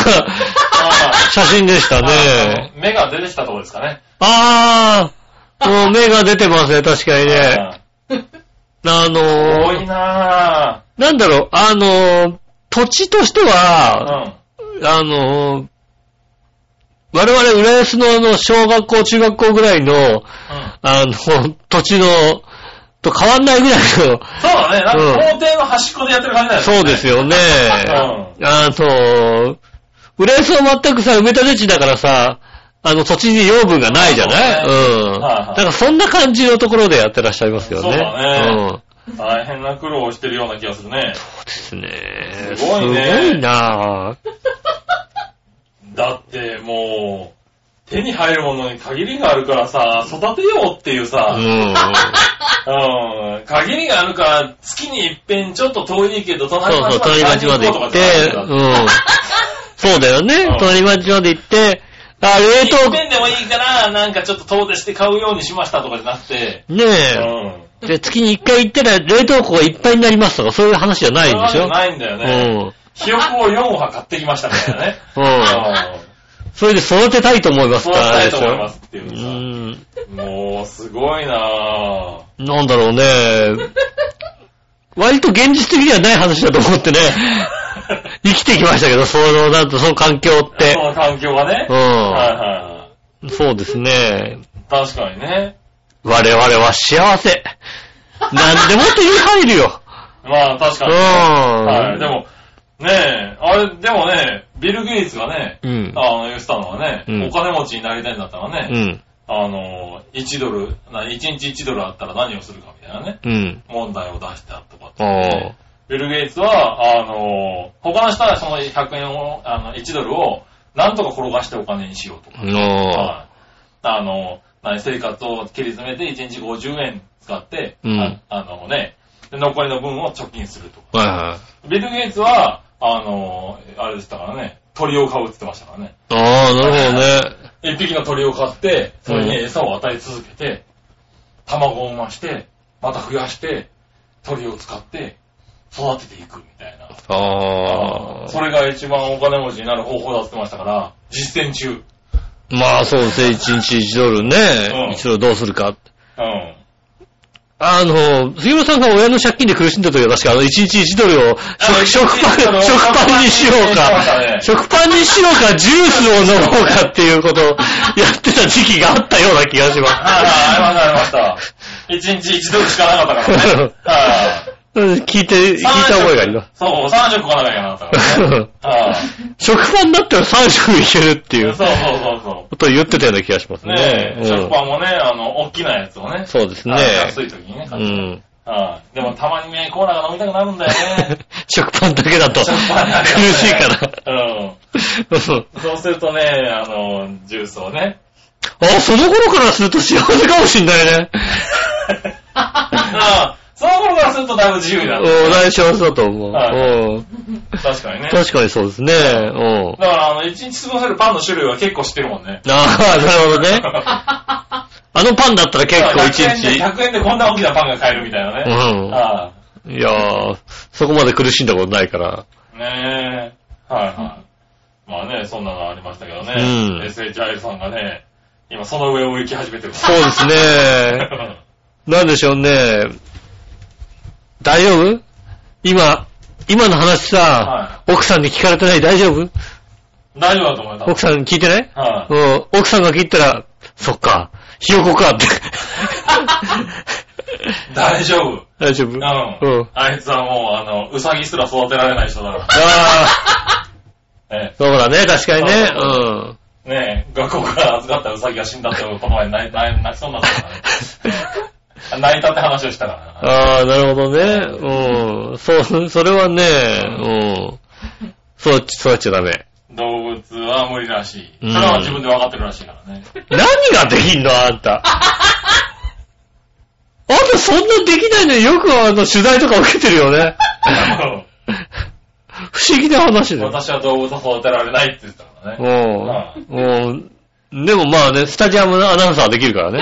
写真でしたね。あの目が出てきたところですかね。あー、もう目が出てますね、確かにね。ねあの多いー、ななんだろう、あのー、土地としてぁ。うは、ん。あのー、我々、浦安のあの、小学校、中学校ぐらいの、うん。あの、土地の、と変わんないぐらい の、そうだね。なんうんか校庭の端っこでやってる感じだよね。そうですよね。あの、浦安は全くさ、埋め立て地だからさ、あの、土地に養分がないじゃないそううねん。だはいはいからそんな感じのところでやってらっしゃいますよね。そうだねん。大変な苦労をしてるような気がするね。ですね。すごいねすごいなぁ。だってもう、手に入るものに限りがあるからさ、育てようっていうさ、 うん。うん限りがあるから、月に一遍ちょっと遠いけど、そう隣そう、町まで隣町まで行って、う。うんん。そうだよねう。ん隣町まで行って、あ、冷一凍庫、遍でもいいから、なんかちょっと遠出して買うようにしましたとかじゃなくて、ねうえ。ん。で、月に一回行ったら冷凍庫がいっぱいになりますとか、そういう話じゃないんでしそょうないんだよね。ひよこを4羽買ってきましたみたい なね。うん。うん。それで育てたいと思いますそかうらしたいでとしょ思いますっていううさ。ーん。もう、すごいなぁ。なんだろうね。割と現実的ではない話だと思ってね。生きてきましたけど、その、なんとその環境って そ。の環境がね。はいはいはうい。ん。そうですね。確かにね。我々は幸せ。なんでも手に入るよ。まあ確うかん。に。はい。でも、ねえ、あれ、でもね、ビル・ゲイツがね、うん。あの、言ってたのはね、うんお金持ちになりたいんだったらね、うん。あの、1ドル、な1日1ドルあったら何をするかみたいなね、うん。問題を出したとかっあて、あ。ビル・ゲイツは、あの、他の人はその100円を、あの、1ドルを、なんとか転がしてお金にしようとか。ああ。はいあの、何生活を切り詰めて1日50円使って、うんああのね、で残りの分を貯金すると。はいはい。ビル・ゲイツは、あの、あれでしたからね、鳥を飼うって言ってましたからね。ああ、なるほどね。一匹の鳥を飼って、それに餌を与え続けて、卵を産まして、また増やして、鳥を使って、育てていくみたいな。ああ。それが一番お金持ちになる方法だって言ってましたから、実践中。まあそうですね、1日1ドルうんね、1ドルどうするか。うん。あの、杉村さんが親の借金で苦しんだ時は確かあの1日1ドルを食食パ1ドルン、を食パンにしようか、食パンにしようか、ジュースを飲もうかっていうことをやってた時期があったような気がしはいはい、ありまま した、ありました。一日一度しかなかったからね。はいうん聞いて、聞いた覚えがあります。そう、3食かなきゃいけなかったからね。ああ 食パンだったら3食いけるっていそううそうそうそことを言ってたような気がしますう。ね。ねえ、うん食パンもね、あの、大きなやつをね。そうですねあ。安い時にね、う買ってん。 ああでもたまにね、コーラが飲みたくなるんだよね。食パンだけだと食パンだ 苦けだとねしいから。う ん。そうそうするとね、あの、ジュースをね。 あ、その頃からすると幸せかもしんないね。ああその頃からするとだいぶ自由になおる。大幸せだと思う。はいうん確かにね。だ確かにそうですね。うん。から、あの、一日過ごせるパンの種類は結構知ってるもんね。ああ、なるほどね。あのパンだったら結構一100円で日。 100円でこんな大きなパンが買えるみたいなね。ああうん。いやー、そこまで苦しんだことないから。ねえ。はいはい。まあね、そんなのありましたけどね。うん SHI さんがね、今その上を行き始めてる。 そうですね。なんでしょうね。大丈夫今、今の話さ、奥さんに聞かれてない大丈夫大丈夫だと思います。奥さん聞いてないはうい。ん、奥さんが聞いたら、そっか、ひよこ かって。大丈夫。大丈夫うん。うん。あいつはもう、あの、うさぎすら育てられない人だかああ、ら。ねそうだね、確かにね。そううん。えねえ、学校から預かったうさぎが死んだってことまで泣い泣い泣きそうになったからね。泣いたって話をしたからな。ああ、なるほどね。うん。そう、それはね、うん。そう、そうやっちゃダメ。動物は無理らしい。そうんれは自分で分かってるらしいか らね。何ができんのあんた。あんたそんなできないのによくあの取材とか受けてるよね。不思議な話だよ。私は動物は育てられないって言ってたからね。うん。うん。でもまあね、スタジアムのアナウンサーはできるからね。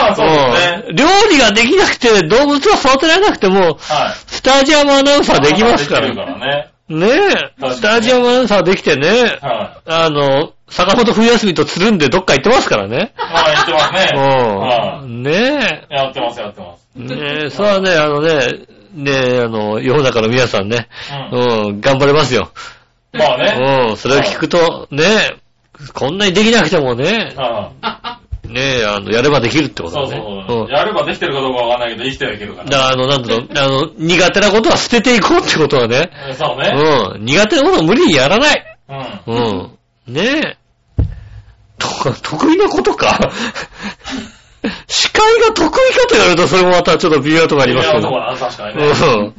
まあそうですね。ん料理ができなくて、動物は育てられなくても、はい。スタジアムアナウンサーできますか。できるかららね。ねかえ、にスタジアムアナウンサーできてね、はい。あの、坂本冬休みとつるんでどっか行ってますからね。まあやってますね。はうん。ねい。やってます、やってます。え、ねえ、それはね、あのね、ねえ、あの、世の中の皆さんね、うん。うん、頑張れますよ。まあね。うん、それを聞くと、ねえ、こんなにできなくてもね、はいねえ、あの、やればできるってことそうだそね。うそう。やればできてるかどうかわかんないけど、生きてはいけるかん。だら。から、あの、なんだろう、あの、苦手なことは捨てていこうってことはね、うんそうね。うん、苦手なことは無理にやらない。うん。うん、ねえ。とか、得意なことか。 司会が得意かと言われると、それもまたちょっと微妙なとこあいりますやけとこど。だな、確かにね。うん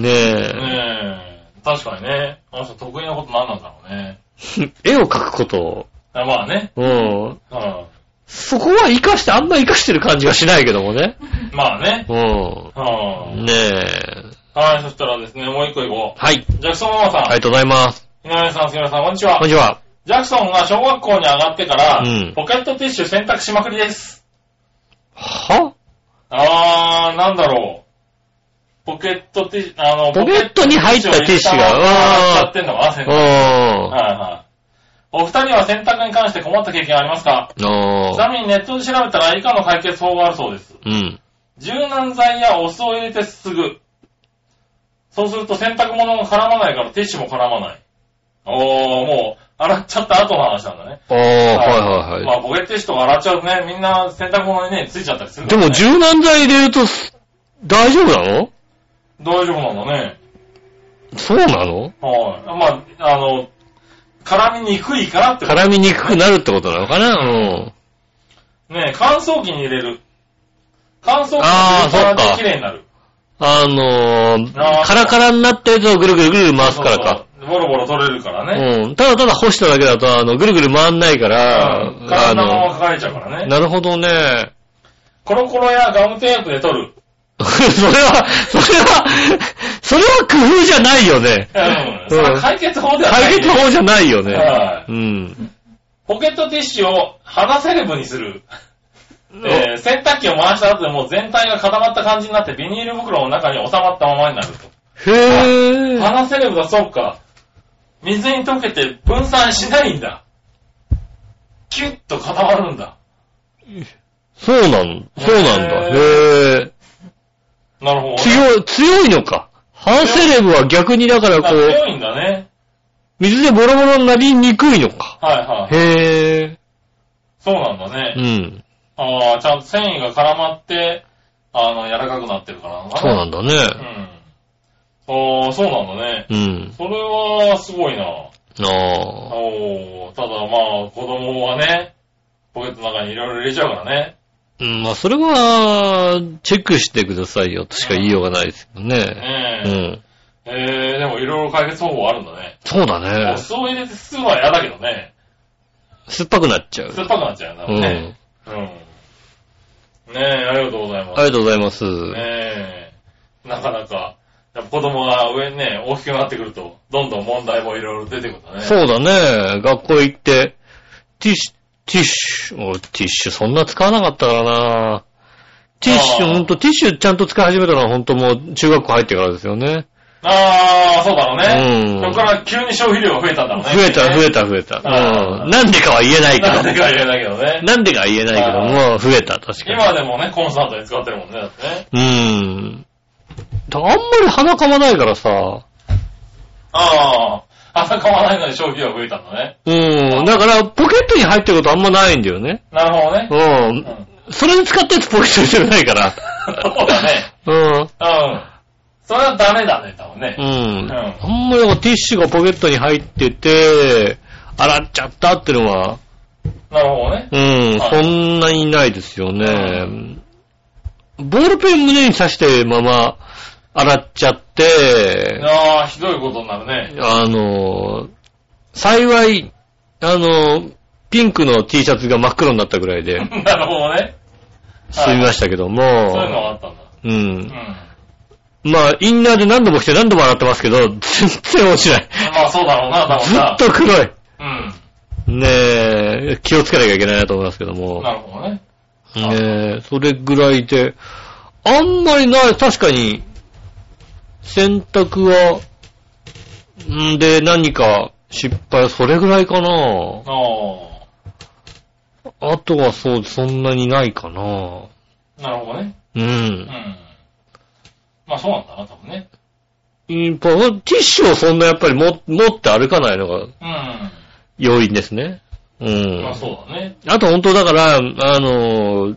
ねん。え、ねえ。確かにね。あの人得意なこと何なんだろうね。 絵を描くことあまあね。うん。うそこは活かして、あんま活かしてる感じがしないけどもね。ん。まあね。う。うんん。ねえ。はい、そしたらですね、もう一個行こはい。う。ジャクソンママさん。ありがとうございます。井上さん、杉村さん、こんにちはこん。にちは。ジャクソンが小学校に上がってから、うんポケットティッシュ選択しまくりです。はあー、なんだろう。ポケットティッシュ、あの、ポケットに入ったティッシュがポケットに入ったティッシュを入れたまま使ってんのかな、う洗ん濯。はいはい。お二人は洗濯に関して困った経験ありますかちあなみにネットで調べたら以下の解決法があるそうです。ーうん。柔軟剤やお酢を入れてすぐ。そうすると洗濯物も絡まないからティッシュも絡まない。おー、もう、洗っちゃった後の話なんだね。ああ、はいはいまはあ、ポケットティッシュとか洗っちゃうとね、みんな洗濯物にね、ついちゃったりするい。かでらね、も柔軟剤入れるとす、大丈夫なの大丈夫なんだね。そうなのはい。まあ、あの、絡みにくいからってこと絡みにくくなるってことなのかなうん。ね乾燥機に入れる。乾燥機にあー入れるそっとか綺麗になる。あのあー、ーカラカラになったやつをぐるぐるぐるぐる回すからか。そうそう。ボロボロ取れるからね。うん。ただただ干しただけだと、あの、ぐるぐる回んないかうら、ん。体のままあ書かれちゃうからの、ね。なるほどね。 コロコロやガムテープで取る。それは、それは、それは工夫じゃないよね。うん。それは解決法ではない。解決法じゃないよねは。いうん。ポケットティッシュを肌セレブにする。えー洗濯機を回した後でもう全体が固まった感じになってビニール袋の中に収まったままになると。へぇ肌セレブだそうか。水に溶けて分散しないんだ。キュッと固まるんだ。そうなん、そうなんだ。へへぇなるほどね。強い、強いのか。ハンセレブは逆にだからあこう、強いんだね。水でボロボロになりにくいのか。はいはい。へぇそうなんだね。うん。ああ、ちゃんと繊維が絡まって、あの、柔らかくなってるからなのかそうな。なんだね。うん。ああ、そうなんだね。うん。それは、すごいな。ああ。おー、ただまあ、子供はね、ポケットの中にいろいろ入れちゃうからね。うん、まあ、それは、チェックしてくださいよとしか言いようがないですけどね。うん。ねえ。えー、でもいろいろ解決方法あるんだね。そうだおね。酢を入れてすぐは嫌だけどね。酸っぱくなっちゃう。酸っぱくなっちゃうんだうもんん。ね。うん。ねえ、ありがとうございます。ありがとうございます。ねえ、なかなか、やっぱ子供が上にね、大きくなってくると、どんどん問題もいろいろ出てくるんだね。そうだね。学校行って、ティッシュ、ティッシュ、おティッシュそんな使わなかったからな。ティッシあュ、ーほんと、ティッシュちゃんと使い始めたのはほんともう中学校入ってからですよね。ああ、そうだろうね。うんそこから急に消費量が増えたんだろうね。増えた、増えた。た、増えた。あーうん。なんでかは言えないけなんでど。か言えないけどね。なんでかは言えないけども、増えた、確かに。今でもね、コンサートに使ってるもんね、だってね。うん。あんまり鼻かまないからさ。ああ、朝買わないのに消費量が増えたんだね。うん。だから、ポケットに入ってることあんまないんだよね。なるほどね。う。うんん。それに使ったやつポケットにしてないから。 そうだね。うん。 うん。それはダメだね、多分ねう。ん。あんまりなんかティッシュがポケットに入ってて、洗っちゃったってのは、なるほどね。うん、はいそんなにないですよね。ボールペン胸に刺してまま洗っちゃって、ああ、ひどいことになるね。あの、幸い、あの、ピンクの T シャツが真っ黒になったぐらいで なるほどね。済みましたけどそういうのも、があったんだ。ううん。ん。ままあ、インナーで何度も着て何度も洗ってますけど、全然落ちない。あそうだろうな、多分ず なっ。と黒い。うん。ねえ、気をつけなきゃいけないなと思いますけども。なるほどね。ねえ、それぐらいで、あんまりない、確かに、洗濯は、んで何か失敗、それぐらいかな。あああとはそう、そんなにないかな。ー。なるほどね。う。うんん。まあそうなんだな、多分ね。やっぱティッシュをそんなやっぱりも持って歩かないのがうん。要因ですね。うまあん。そうだね。あと本当だから、あの、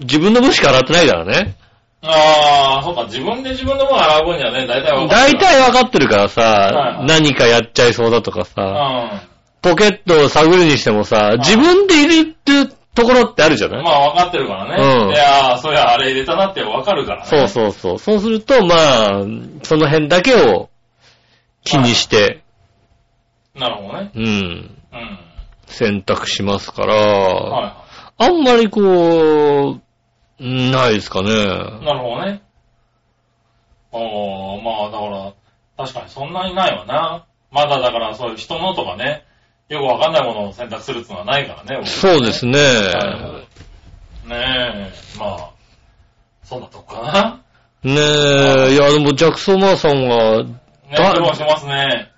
自分の分しか洗ってないからね。ああ、そうか、自分で自分のもの洗う分にはね、大体わ大かるから。体わかってるからはいはさ、い何かやっちゃいそうだとかさ、うポケットを探るにしてもさ、い自分で入れてるところってあるじゃん。ないまあわかってるからね。うんいやー、そりゃあれ入れたなってわかるからね。そうそうそう。そうすると、まあ、その辺だけを気にして、なるほどね。うん、うん。選択しますかはいら、はあんまりこう、ないですかい。ね。なるほどね。おー、まあだから、確かにそんなにないわな。まだだからそういう人のとかね、よくわかんないものを選択するっていうのはないからね。僕そうですね。ねえ、まあ、そんなとこかな。ねえ、いや、でも、ジャクソンマーさんが、ねだ苦労しますね。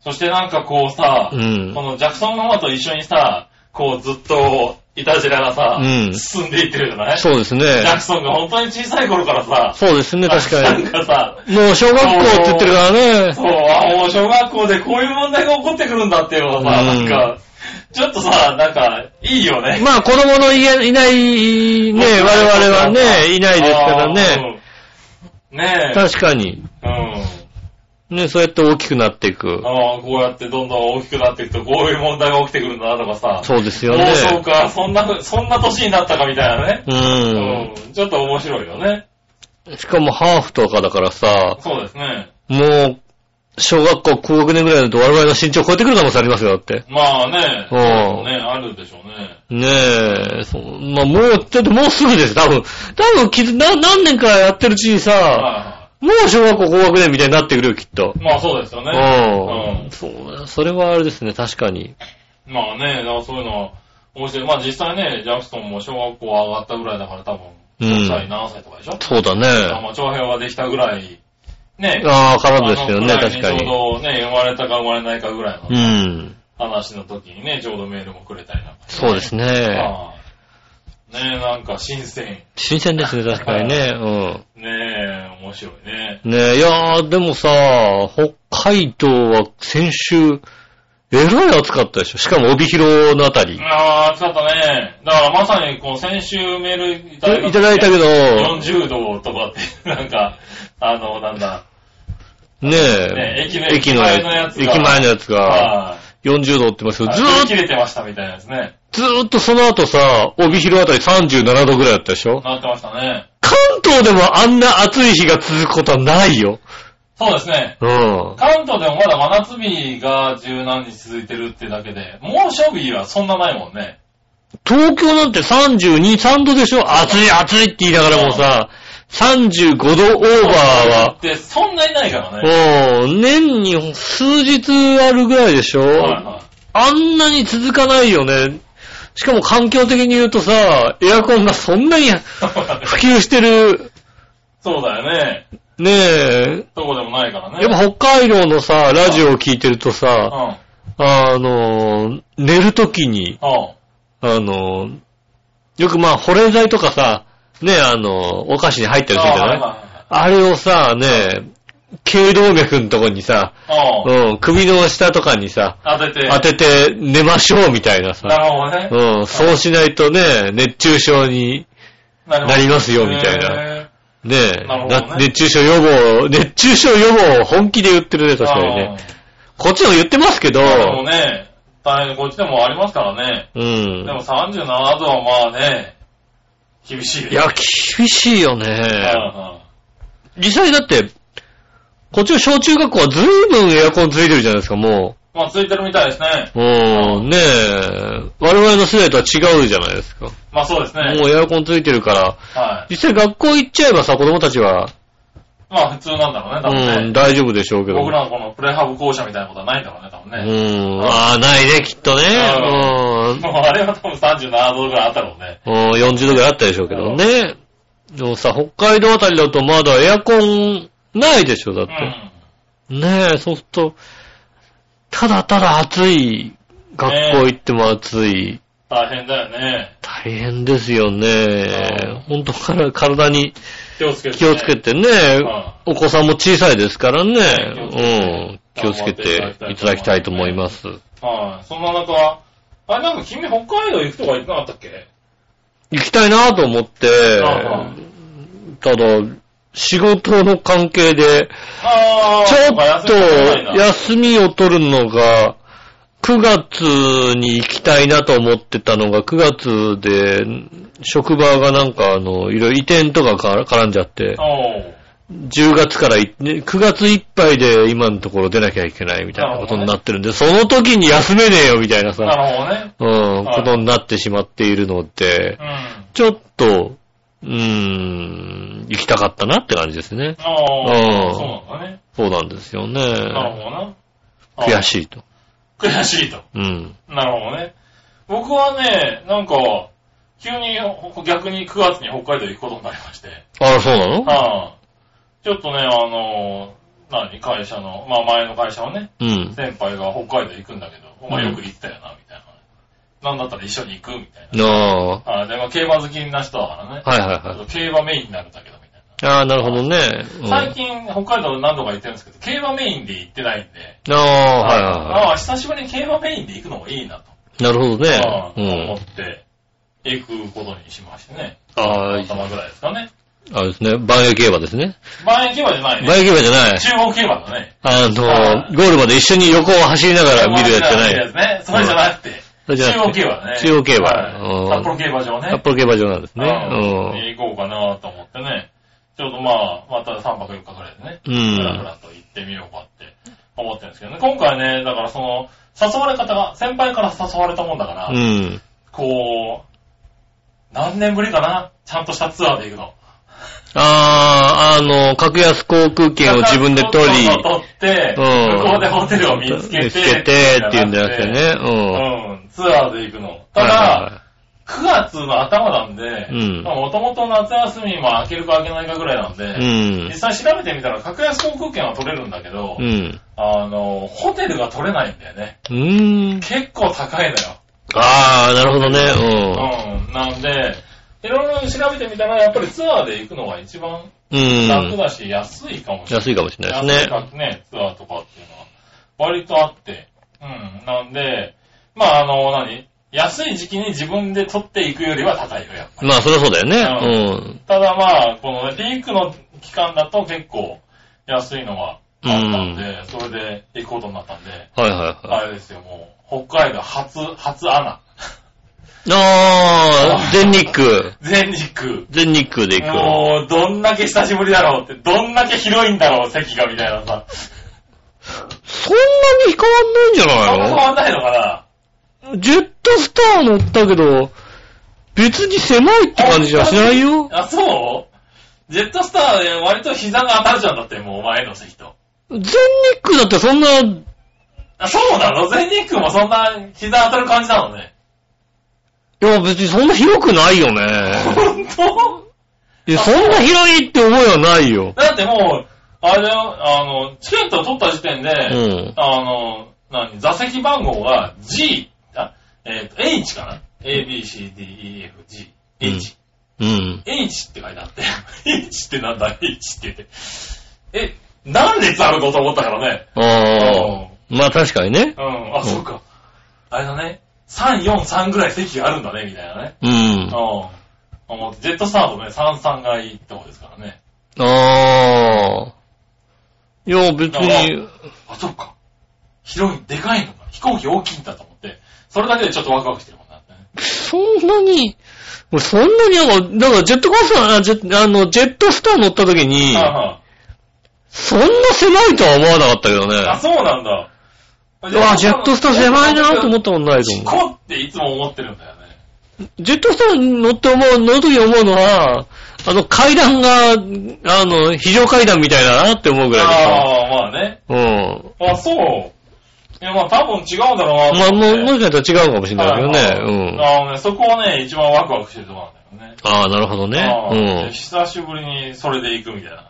そしてなんかこうさ、うんこのジャクソンママと一緒にさ、こうずっと、いたじらがさ、うん進んでいってるじゃないそうですジね。ャクソンが本当に小さい頃からさ、そうですね、確かにな。んかさ、もう小学校って言ってるからね。そう、あ、もう小学校でこういう問題が起こってくるんだっていうのはさ、うんなんか、ちょっとさ、なんか、いいよね。まあ子供のいえいない、ね、我々はね、いないですからね。あー。うんねえ。確かに。うん。ね、そうやって大きくなっていく。ああ、こうやってどんどん大きくなっていくと、こういう問題が起きてくるんだなとかさ。そうですよもうそうね。か、そんな、そんな年になったかみたいなね。う。うんちょっと面白いよね。しかもハーフとかだからさ、そうですね。もう、小学校高学年ぐらいだと我々の身長を超えてくる可能性ありますよ、だって。まあね、うんそうね、あるでしょうね。ねえ、そう、まあもう、ちょっともうすぐです、多分。多分きな、何年かやってるうちにさ、はもう小学校高学年みたいになってくるよ、きっと。いはいまあそうですよね。う。うんんそうだ、それはあれですね、確かに。まあね、だからそういうのは面白い。まあ実際ね、ジャクソンも小学校上がったぐらいだから多分、うん6歳、7歳とかでしょ。そうだあね。まあ長編はできたぐらい、ね。ああ、からですよね、あのくらい確かちに。ょうどね、生まれたか生まれないかぐらいのう。ん。話の時にね、ちょうどメールもくれたりなんかして、そうですね。はい。ねえ、なんか新鮮。新鮮ですね、確かにね。ねえ、面白いね。うん。ねえ、いやー、でもさ、北海道は先週、えらい暑かったでしょ。しかも帯広のあたり。あー、暑かったね。だからまさに、こう、先週メールいただいた、いただいたけど、 40度とかって、なんか、あの、なんだ、ねねえ、駅の駅の駅前のやつが駅前のやつがはい40度って言いますけど、ずあーっ切れてましたみたいなですね。ずーっとその後さ、帯広あたり37度ぐらいだったでしょなってましたね。関東でもあんな暑い日が続くことはないよ。そうですね。うん。関東でもまだ真夏日が十何日続いてるってだけで、猛暑日はそんなないもんね。東京なんて32、3度でしょ暑い暑いって言いながらもさ、35度オーバーは、で、そんなにないからうね。ん、年に数日あるぐらいでしょはいはいあんなに続かないよね。しかも環境的に言うとさ、エアコンがそんなに普及してる、 そうだよね。ねえ。どこでもないからね。やっぱ北海道のさ、ラジオを聞いてるとさ、うん。あの、寝るときに、うん。あの、よくまあ保冷剤とかさ、ねあの、お菓子に入ったりするじゃあなーいはいあれをさ、ね頸動脈のとこにさ、はいはいうんうん、首の下とかにさ、当てて。当てて寝ましょうみたいなさ。なるほどね。うん、そうしないとね、熱中症に、ななりますよみたいなな。ねなるほどねな熱中症予防、 熱中症予防を本気で言ってるね、確かにね。こっちも言ってますけど、あー。でもね、大変こっちでもありますからね。うでん。も37度はまあね、厳しいですいや、厳しいよはいね。は実際だって、こっちの小中学校は随分エアコンついてるじゃないですか、もいまあ、ついてるみたいですね。う。うん、ねえ。我々の世代とは違うじゃないですか。まあそうですね。もうエアコンついてるから、は実際学校行っちゃえばさ、子供たちは、い。まあ普通なんだろうね、多う分ん、ね。大丈夫でしょうけど。僕らのこのプレハブ校舎みたいなことはないんだろうね、多分うーね。ん。ああ、ないね、きっとね。うん。もうあれは多分37度ぐらいあったろうね。うん40度ぐらいあったでしょうけどね。でもさ、北海道あたりだとまだエアコンないでしょ、だっうて。ん。ねえ、そうすると、ただただ暑い。学校行っても暑い。大変だよね。大変ですようんね。本当から体に気をつけて、ね。気をつけてね。お子さんも小さいですからね。うん。気気ををつつけけてていただきたいと思います。はい。そんな中、あれなんか君北海道行くとか言ってなかったっけ行きたいなと思ってあ、ただ、仕事の関係で、ああ、ちそうかょっ休み取とれないな休みを取るのが、9月に行きたいなと思ってたのが、9月で、職場がなんかあの、いろいろ移転とかか絡んじゃって、おう10月からい、ね9月いっぱいで今のところ出なきゃいけないみたいなことになってるんで、その時に休めねえよみたいななさ、るほどね。うん、はいことになってしまっているので、うん。ちょっと、うーん、行きたかったなって感じですね。あうんあ、そうなんだね。そうなんですよなるね。ほどな。悔い。しいと。悔しいと。うん。なるほどね。僕はね、なんか、急にほ逆に9月に北海道行くことになりまして、あら、そうなのはあ、ちょっとね、あの、何、会社の、まあ前の会社のね、うん。先輩が北海道行くんだけど、お前うんよく行ったよな、みたいな。なんだったら一緒に行くみたいなあ。な。ああ、でも競馬好きな人だからね、はいはいちょはっと競馬メインになるんだけど、みたいい。ああ、なるほどね。うん、な。最近、北海道何度か行ってるんですけど、競馬メインで行ってないんあで、あ、はいはいあはあ、久しぶりに競馬メインで行くのもいいなと。い。なるほどねあ。あう思んっ。て、行くことにしましてね。ああ、頭ぐらいですかね。あれですね。万有競馬ですね。万円競馬じゃない万ね。有競馬じゃない。中央競馬だね。あのああ、ゴールまで一緒に横を走りながら見るやつじゃな見るい。つね。それじゃなくて、それじゃ中な央くて競馬だね。中央競馬はういん札幌競馬場ね。札幌競馬場なんですうんね。行こうかなと思ってね。ちょうどまあ、また3泊4日ぐらいでね。うふらふん。らと行ってみようかって思ってるんですけどね。今回ね、だからその、誘われ方が、先輩から誘われたもんだから、うん。こう、何年ぶりかなちゃんとしたツアーで行くの。ああ、あの、格安航空券を自分で取り、取って、うん向こうでホテルを見つけて。見つけてっていうんじゃなくてね。うん。うん、ツアーで行くの。ただ、は9月の頭なんで、うんもともと夏休みも明けるか明けないかぐらいなんで、いはいはい実際調べてみたら格安航空券は取れるんだけど、うん。うん。あの、ホテルが取れないんだよね。うーん。結構高いのよ。ああ、なるほどね。うん、なんで、いろいろ調べてみたら、やっぱりツアーで行くのが一番うん。う楽ん。だし、安いかもしれない。安いかもしれないです安いね。ね、ツアーとかっていうのは、割とあって、うん。なんで、まあ、あの、何安い時期に自分で取っていくよりは高いよ、やっぱり。まあ、そりゃそうだようね。ただまあ、このね、ピークの期間だと結構安いのがあったんで、それで行くことになったんで、うん。はいはいあはい。れですよ、もう、北海道初、初穴。あー、全日空。全日空。全日空で行く。もう、どんだけ久しぶりだろうって、どんだけ広いんだろう、席がみたいなさ。そんなに変わんないんじゃあんま変なわんないのかなのジェットスター乗ったけど、別に狭いって感じはしないよ。あ、そうジェットスターで割と膝が当たるじゃんだって、もう前の席と。全日空だってそんな、あ、そうなの全日空もそんな膝当たる感じなのね。いや別にそんな広くない よね。本当いやそんな広いって思いはない よ。だってもう、あれだよ、あの、チケットを取った時点で、うん。あの、何、座席番号が G、あ、えっ、と、H かな ?A, B, C, D, E, F, G, H。うん。 H って書いてあって、H ってなんだ ?H ってって。え、何列あるのと思ったからね。ああ。まあ確かにね。うん、あ、んそうか。あれだね。3、4、3ぐらい席があるんだね、みたいなね。うん。うん。もうジェットスターもね、3、3がいいってことですからね。ああ。いや、別に、あ、そっか。広い、でかいのか。飛行機大きいんだと思って。それだけでちょっとワクワクしてるもんなってね。そんなに、俺そんなになんか、なんかジェットコースター、あジェあの、ジェットスター乗った時に、はいはいそんな狭いとは思わなかったけどね。あ、そうなんだ。うわ、ジェットスター狭いなと思ったことないとちっ思う。こっていつも思ってるんだよね。ジェットスターに乗って思う、乗るとき思うのは、あの階段が、あの、非常階段みたいだなって思うぐらいでさ。ああ、まあね。うん。あ、そう。いや、まあ多分違うんだろうなまあ、と思もって。う、もしかしたら違うかもしれないけどはいね。うん。あのね、そこをね、一番ワクワクしてるところなんだよね。ああ、なるほどああね。久しぶりにそれで行くみたいな話よ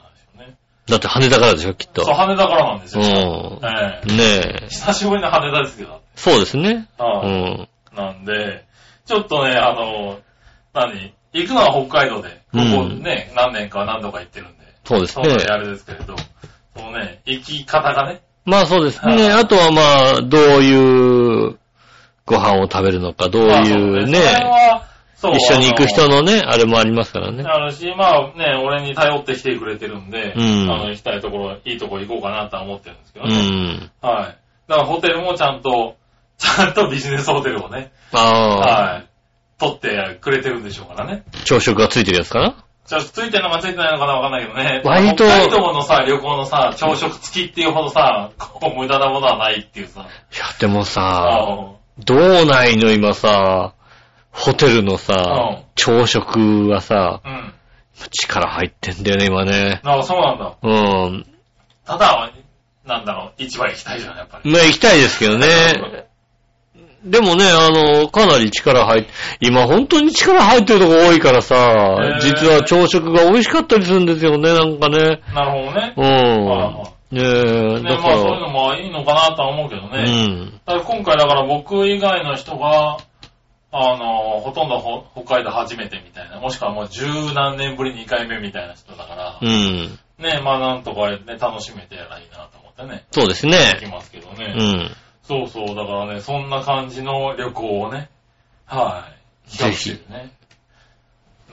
ね。うん。だって羽田からでしょ、きっとそう、。羽田からなんですうよ。ん。ええねえ。久しぶりの羽田ですけど。そうですね。うああん。なんで、ちょっとね、あの、何行くのは北海道で、ここうんね、何年か何度か行ってるんで、そうですそうね、ね。あれですけれど、そのね、行き方がね、まあそうですはいね。あとはまあ、どういうご飯を食べるのか、どうまあいそうそれね、は、そう。一緒に行く人のの。ね、あれもありますからね。あるし、まあね、俺に頼ってきてくれてるんで、うんあの、行きたいところ、いいところ行こうかなとは思ってるんですけどうね。ん。はい。だからホテルもちゃんと、ちゃんとビジネスホテルをね、ああ、はい。取ってくれてるんでしょうからね。朝食がついてるやつかなじゃあ、ついてるのかついてないのかなわかんないけどね。割と北海道のさ、旅行のさ、朝食付きっていうほどさ、ここ無駄なものはないっていうさ。いや、でもさ、あ道内の今さ、ホテルのうんさ、朝食はさ、うん。力入ってんだよね、今ね。あそうなんだ。うん。ただ、なんだろう、市場行きたいじゃん、やっぱり。まあ行きたいですけどね。でもね、あの、かなり力入っ今本当に力入ってるとこ多いからさ、ー実は朝食が美味しかったりするんですよね、なんかね。なるほどね。はうん。ねえ、ね、だまあそういうかのもいいのかなとは思うけどら、うね。ん。ただ今回だから僕以外の人が、あの、ほとんどほ北海道初めてみたいな、もしくはもう十何年ぶり2回目みたいな人だからう、ん。ね、まあなんとかね、楽しめてやらいいなと思ってね、そうです行きね。ますけどうね。ん。そうそう、だからね、そんな感じの旅行をね、はい、ぜひ企画してるね。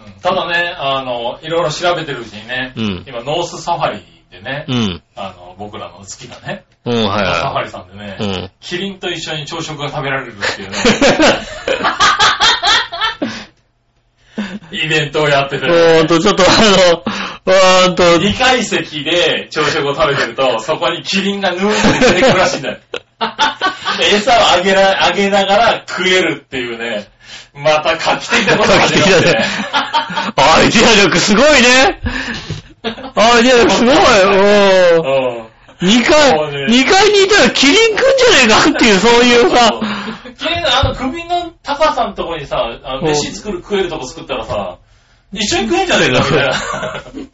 うん、ただね、あの、いろいろ調べてるうちにね、うん今、ノースサファリでね、うん。あの、僕らの好きなね、うん、はいサファはリさんでね、い。うん。キリンと一緒に朝食が食べられるっていうね、イベントをや ってて、ほんと、ちょっとあの、わーんと、 2階席で朝食を食べてると、そこにキリンがぬーって出てくるらしいんだよ。餌をあげら、あげながら食えるっていうね、また画期的なことが画期始ま的っだてねね。アイディア力すごいね。アイディア力すごい。うん。うん二そうね階、二階にいたらキリンくんじゃねえかっていう、そういうさ、キリンのあの首の高さのところにさ、あの飯作る、食えるとこ作ったらさ、一緒に食えんじゃねえかみ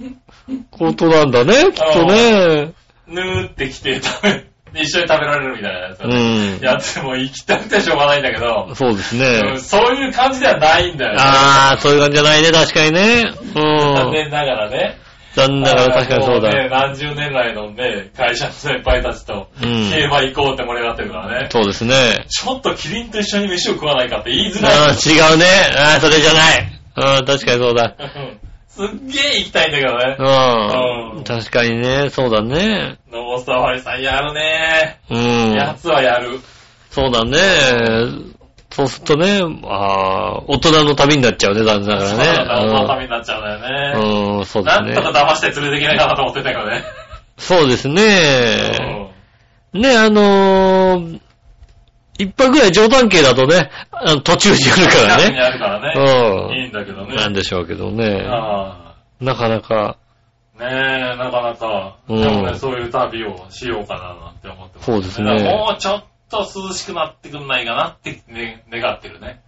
たいな。ことなんだね、きっとね。ぬーってきて食べ、一緒に食べられるみたいなやつ、うん。やっても行きたくてしょうがないんだけど、そうですうんね。そういう感じではないんだよね。あー、そういう感じじゃないね、確かにね。残う念ながらね。残念ながら確かにそうだ。ね、何十年来のね、会社の先輩たちと、うん競馬行こうって盛り上がってるからね。そうですね。ちょっとキリンと一緒に飯を食わないかって言いづうん、らい。違うね。あーそれじゃない。うん、確かにそうだ。 すっげえ行きたいんだけどね。う。うんん確かにね、そうだね。ノースターファリさんやるねうやん。つはやる。そうだね。そうするとね、ああ、大人の旅になっちゃうね、残念なそうがだな、おら畳ね。になっちゃうんだようね。ん、うんそうでなすんねと。か騙して連れていけないかなと思ってたけどね。そうですね。ね、あのー、一泊ぐらい冗談系だとね、あの途中にあ近くるにかあるからね。らいいね。んだけどうねん。。なんでしょうけどね。あなかなか、あねえ、なかなか、うんでもね、そういう旅をしようかななんて思ってます、そうですねだからもうちょっと涼しくなってくんないかなって、ね、願ってるね。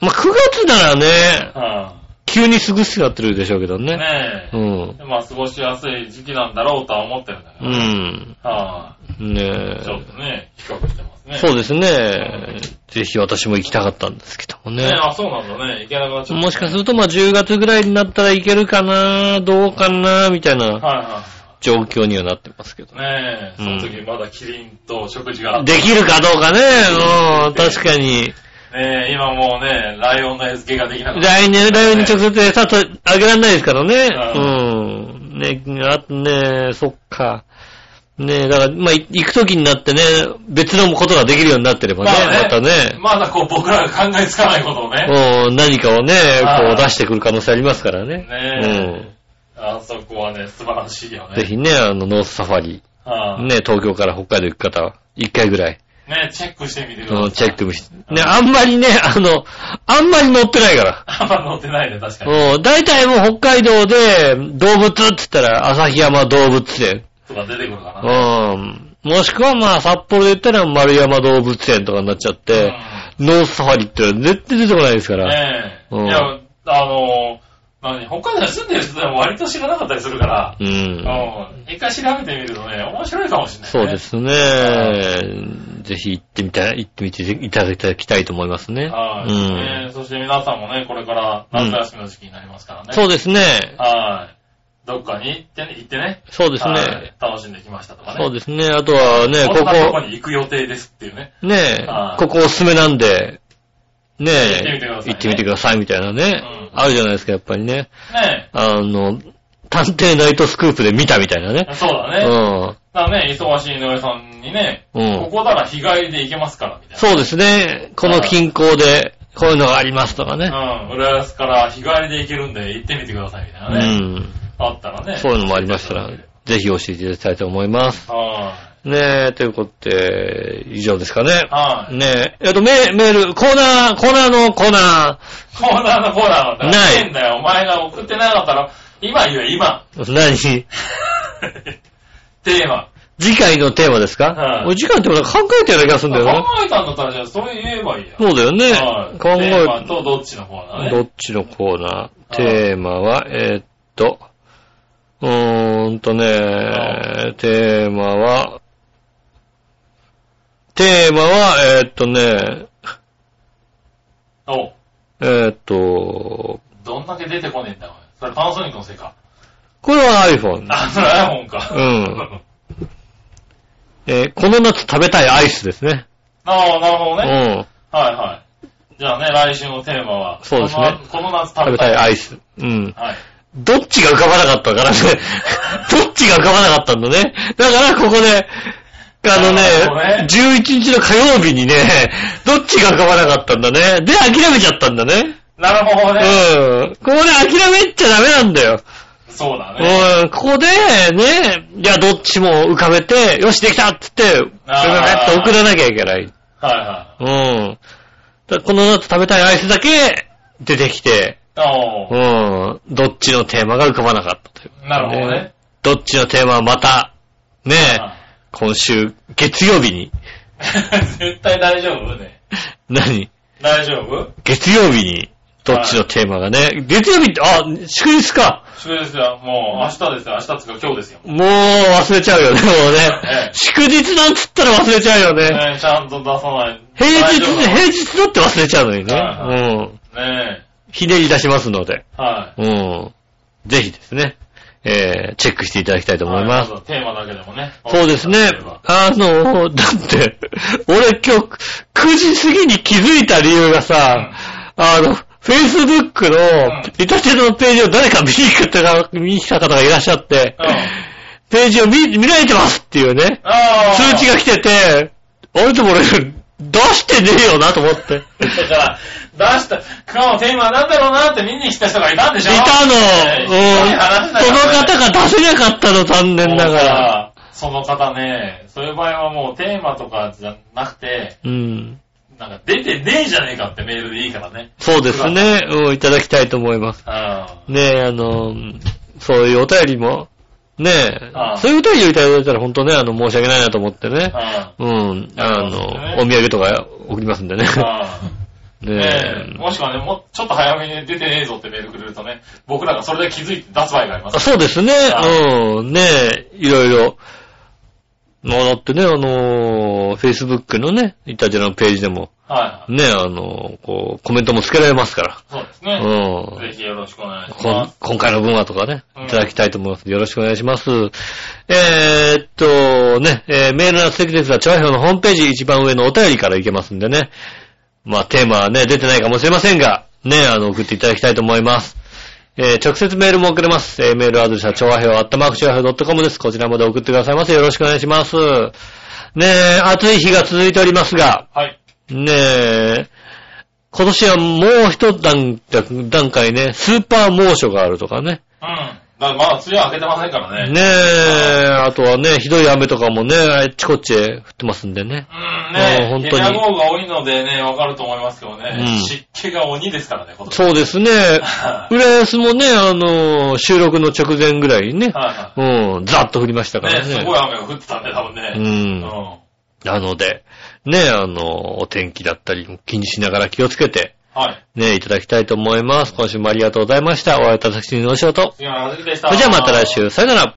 まあ、9月ならね、う急に涼しくなってるでしょうけどん。ね。ねうえ。ん。まあ、過ごしやすい時期なんだろうとは思ってるんだけうど。ん。はねい。ちょっとね、比較してますね。そうですね。ぜひ私も行きたかったんですけどもねね。あ、そうなんだね。いけなくなっちゃった。もしかすると、まあ、10月ぐらいになったらいけるかな、どうかな、みたいなはいは状況にはなってますけどい。ねえ、そうんの時まだキリンと食事があってできるかどうかね、うん、確かに。ねえ、今もうね、ライオンの餌付けができなくなっ来年、来年に直接餌とあげられないですからね。うん。ね、あね、そっか。ねだから、まあ、い行くときになってね、別のことができるようになってればね、まあねまたね、まだこう僕らが考えつかないことをね、うん、何かをね、こあうー出してくる可能性ありますからね。ねあそこはね、素晴らしいようん。ね。ぜひね、あの、ノースサファリ、はあねね、東京から北海道行く方は、一回ぐらい、チェックしてみてくだうんさい。チェックもして。うんね、あんまりね、あの、あんまり乗ってないから。あんま乗ってないね、確かに。うん、大体もう北海道で動物って言ったら旭山動物園。とか出てくるかな。うん。もしくはまあ札幌で言ったら丸山動物園とかになっちゃって、ノースサファリって絶対出てこないですかうんら。ねえ。うんいや、あの、何、北海道に住んでる人でも割と知らなかったりするから、う。うんん。一回調べてみるとね、面白いかもしれない、そうで。ね。すね。ぜひ行ってみたい、行ってみていただきたいと思いますね。はい、うん。ねそして皆さんもね、これから夏休みの時期になりますからね。そうですね。はい。どっかに行ってね、行ってね。そうですはね。い楽しんできましたとかね。そうですね。あとはね、こんなとここに行く予定ですっていうね。こ、ねはいここおすすめなんで、ね行行っっててみてみてくくださいみたいなねうん。あるじゃないですか、やっぱりね。ねあの、探偵ナイトスクープで見たみたいなね。え。そうだうね。ん。だからね、忙しい井上さんにね、うんここなら日帰りで行けますから、みたいな。そうですね。この近郊で、こういうのがありますとかね。うん。浦安から日帰りで行けるんで行ってみてください、みたういなね。ん。あったらね。そういうのもありましたら、ぜひ教えていただきたいと思います。はねえ、ということで、以上ですかねい。。はい。ねえ、えっと、メメール、コーナー、コーナーのコーナコーナーのコーナーなんだないんだよ。お前が送ってなかったら、今言え、今。ー。何テーマ。次回のテーマですか、はい俺次回のテーマ考えてるような気がするんだよね考。えたんだったら、じゃあ、それ言えばいいや。そうだよね。はい考えテーマとどっちのコーナーね。どっちのコーナーテーマは、えーっと、うーんとね、テーマは、テーマは、えーっとね、おえーっと、どんだけ出てこねえんだ、お前。それパナソニックのせいか。これは iPhone。あ、それ iPhone か。うん。えーこの夏食べたいアイスですね。ああ、 なるほうどね。ん。はいはい。じゃあね、来週のテーマは、そうですねこのこの夏食食べべたたいい。アイス。うん。はい。どっちが浮かばなかった からね。どっちが浮かばなかったんだね。だから、ここで、あのなねるほどね11日の火曜日にね、どっちが浮かばなかったんだね。で、諦めちゃったんだね。なるほどね。うん。ここで諦めちゃダメなんだよ。そうだね。うん。ここで、ね、いや、どっちも浮かべて、よし、できたっつって、それからやっと送らなきゃいけない。はいはうん。だこの夏食べたいアイスだけ出てきて、い。おうん。どっちのテーマが浮かばなかったという。ーなるほどね。どっちのテーマはまた、ねえ、あ今週月曜日に、 ー 絶対大丈夫ね。何大丈夫月曜日に、どっちのテーマがね、月曜日って、あ、祝日か。祝日はもう明日ですよ。明日つうか今日ですよ。もう忘れちゃうよね、もうえねえ。祝日なんつったら忘れちゃうよね。ねちゃんと出さない。平日、大平日だって忘れちゃうのにね。はうん。丈夫ねひねり出しますので。え。はい。うん。ぜひですね。えー、チェックしていただきたいと思います。はいずテーマだけでもね。そうですね覚えていただければ。あの、だって、俺今日9時過ぎに気づいた理由がさ、あの、Facebook のん、イタチェのページを誰か見に来た方見に来た方がいらっしゃって、うん。ページを見見られてますっていうね、ああ。通知が来てて、俺とも俺、出してねえよなと思って。いだから、出した、今日のテーマは何だろうなって見に来た人がいたんでしょたの、ねひどいうん話だよその方が出せなかったの、残念ながら。その方ね、そういう場合はもうテーマとかじゃなくて、うん。なんか出てねえじゃねえかってメールでいいからね。そうですね、うん、いただきたいと思います。うねえ、あの、そういうお便りも、ねえああ、そういうお便りをいただいたら本当ね、あの、申し訳ないなと思ってねん。う。ん。うん、あそうですねの、お土産とか送りますんでね。うん。ねえ ねえ。もしくはね、もうちょっと早めに出てねえぞってメールくれるとね、僕らがそれで気づいて出す場合があります。あそうですねあ、うん、ねえ、いろいろ。まあだってね、あの、Facebook のね、イタジラのページでも、はい。ねえ、あの、こう、コメントもつけられますかそうですら。うね。ん。ぜひよろしくお願いしこまんす。今回の分はとかねうん、いただきたいと思います。よろしくお願いします。えー、っと、ね、えーメールの素敵ですが、チョアヘのホームページ一番上のお便りからいけますんでね。まあ、テーマはね、出てないかもしれませんが、ね、あの、送っていただきたいと思います。えー直接メールも送れます。えーメールアドレスは、調和表、アットマーク調和表 .com です。こちらまで送ってくださいませ。よろしくお願いします。ねえ、暑い日が続いておりますが、はい。ねえ、今年はもう一段階段階ね、スーパー猛暑があるとかね。うん。だからまだ梅雨は明けてませんからね。ねえ、あとはね、ひどい雨とかもね、あっちこっちへ降ってますんでね。うんもう本ね当え。にゲラ豪雨が多いのでね、わかると思いますけどね。うん湿気が鬼ですからね、今年。そうですね。はい 浦安もね、あの、収録の直前ぐらいにね、はうん、ざっと降りましたいかはい。らねね。すごい雨が降ってたんで、多分ね。うんうんなので、ね、あの、お天気だったりも気にしながら気をつけて、はい。ね、いただきたいと思います。今週もありがとうございました。お会いいただきのお仕事。杉原和樹でした。それじゃあまた来。週。さよなら。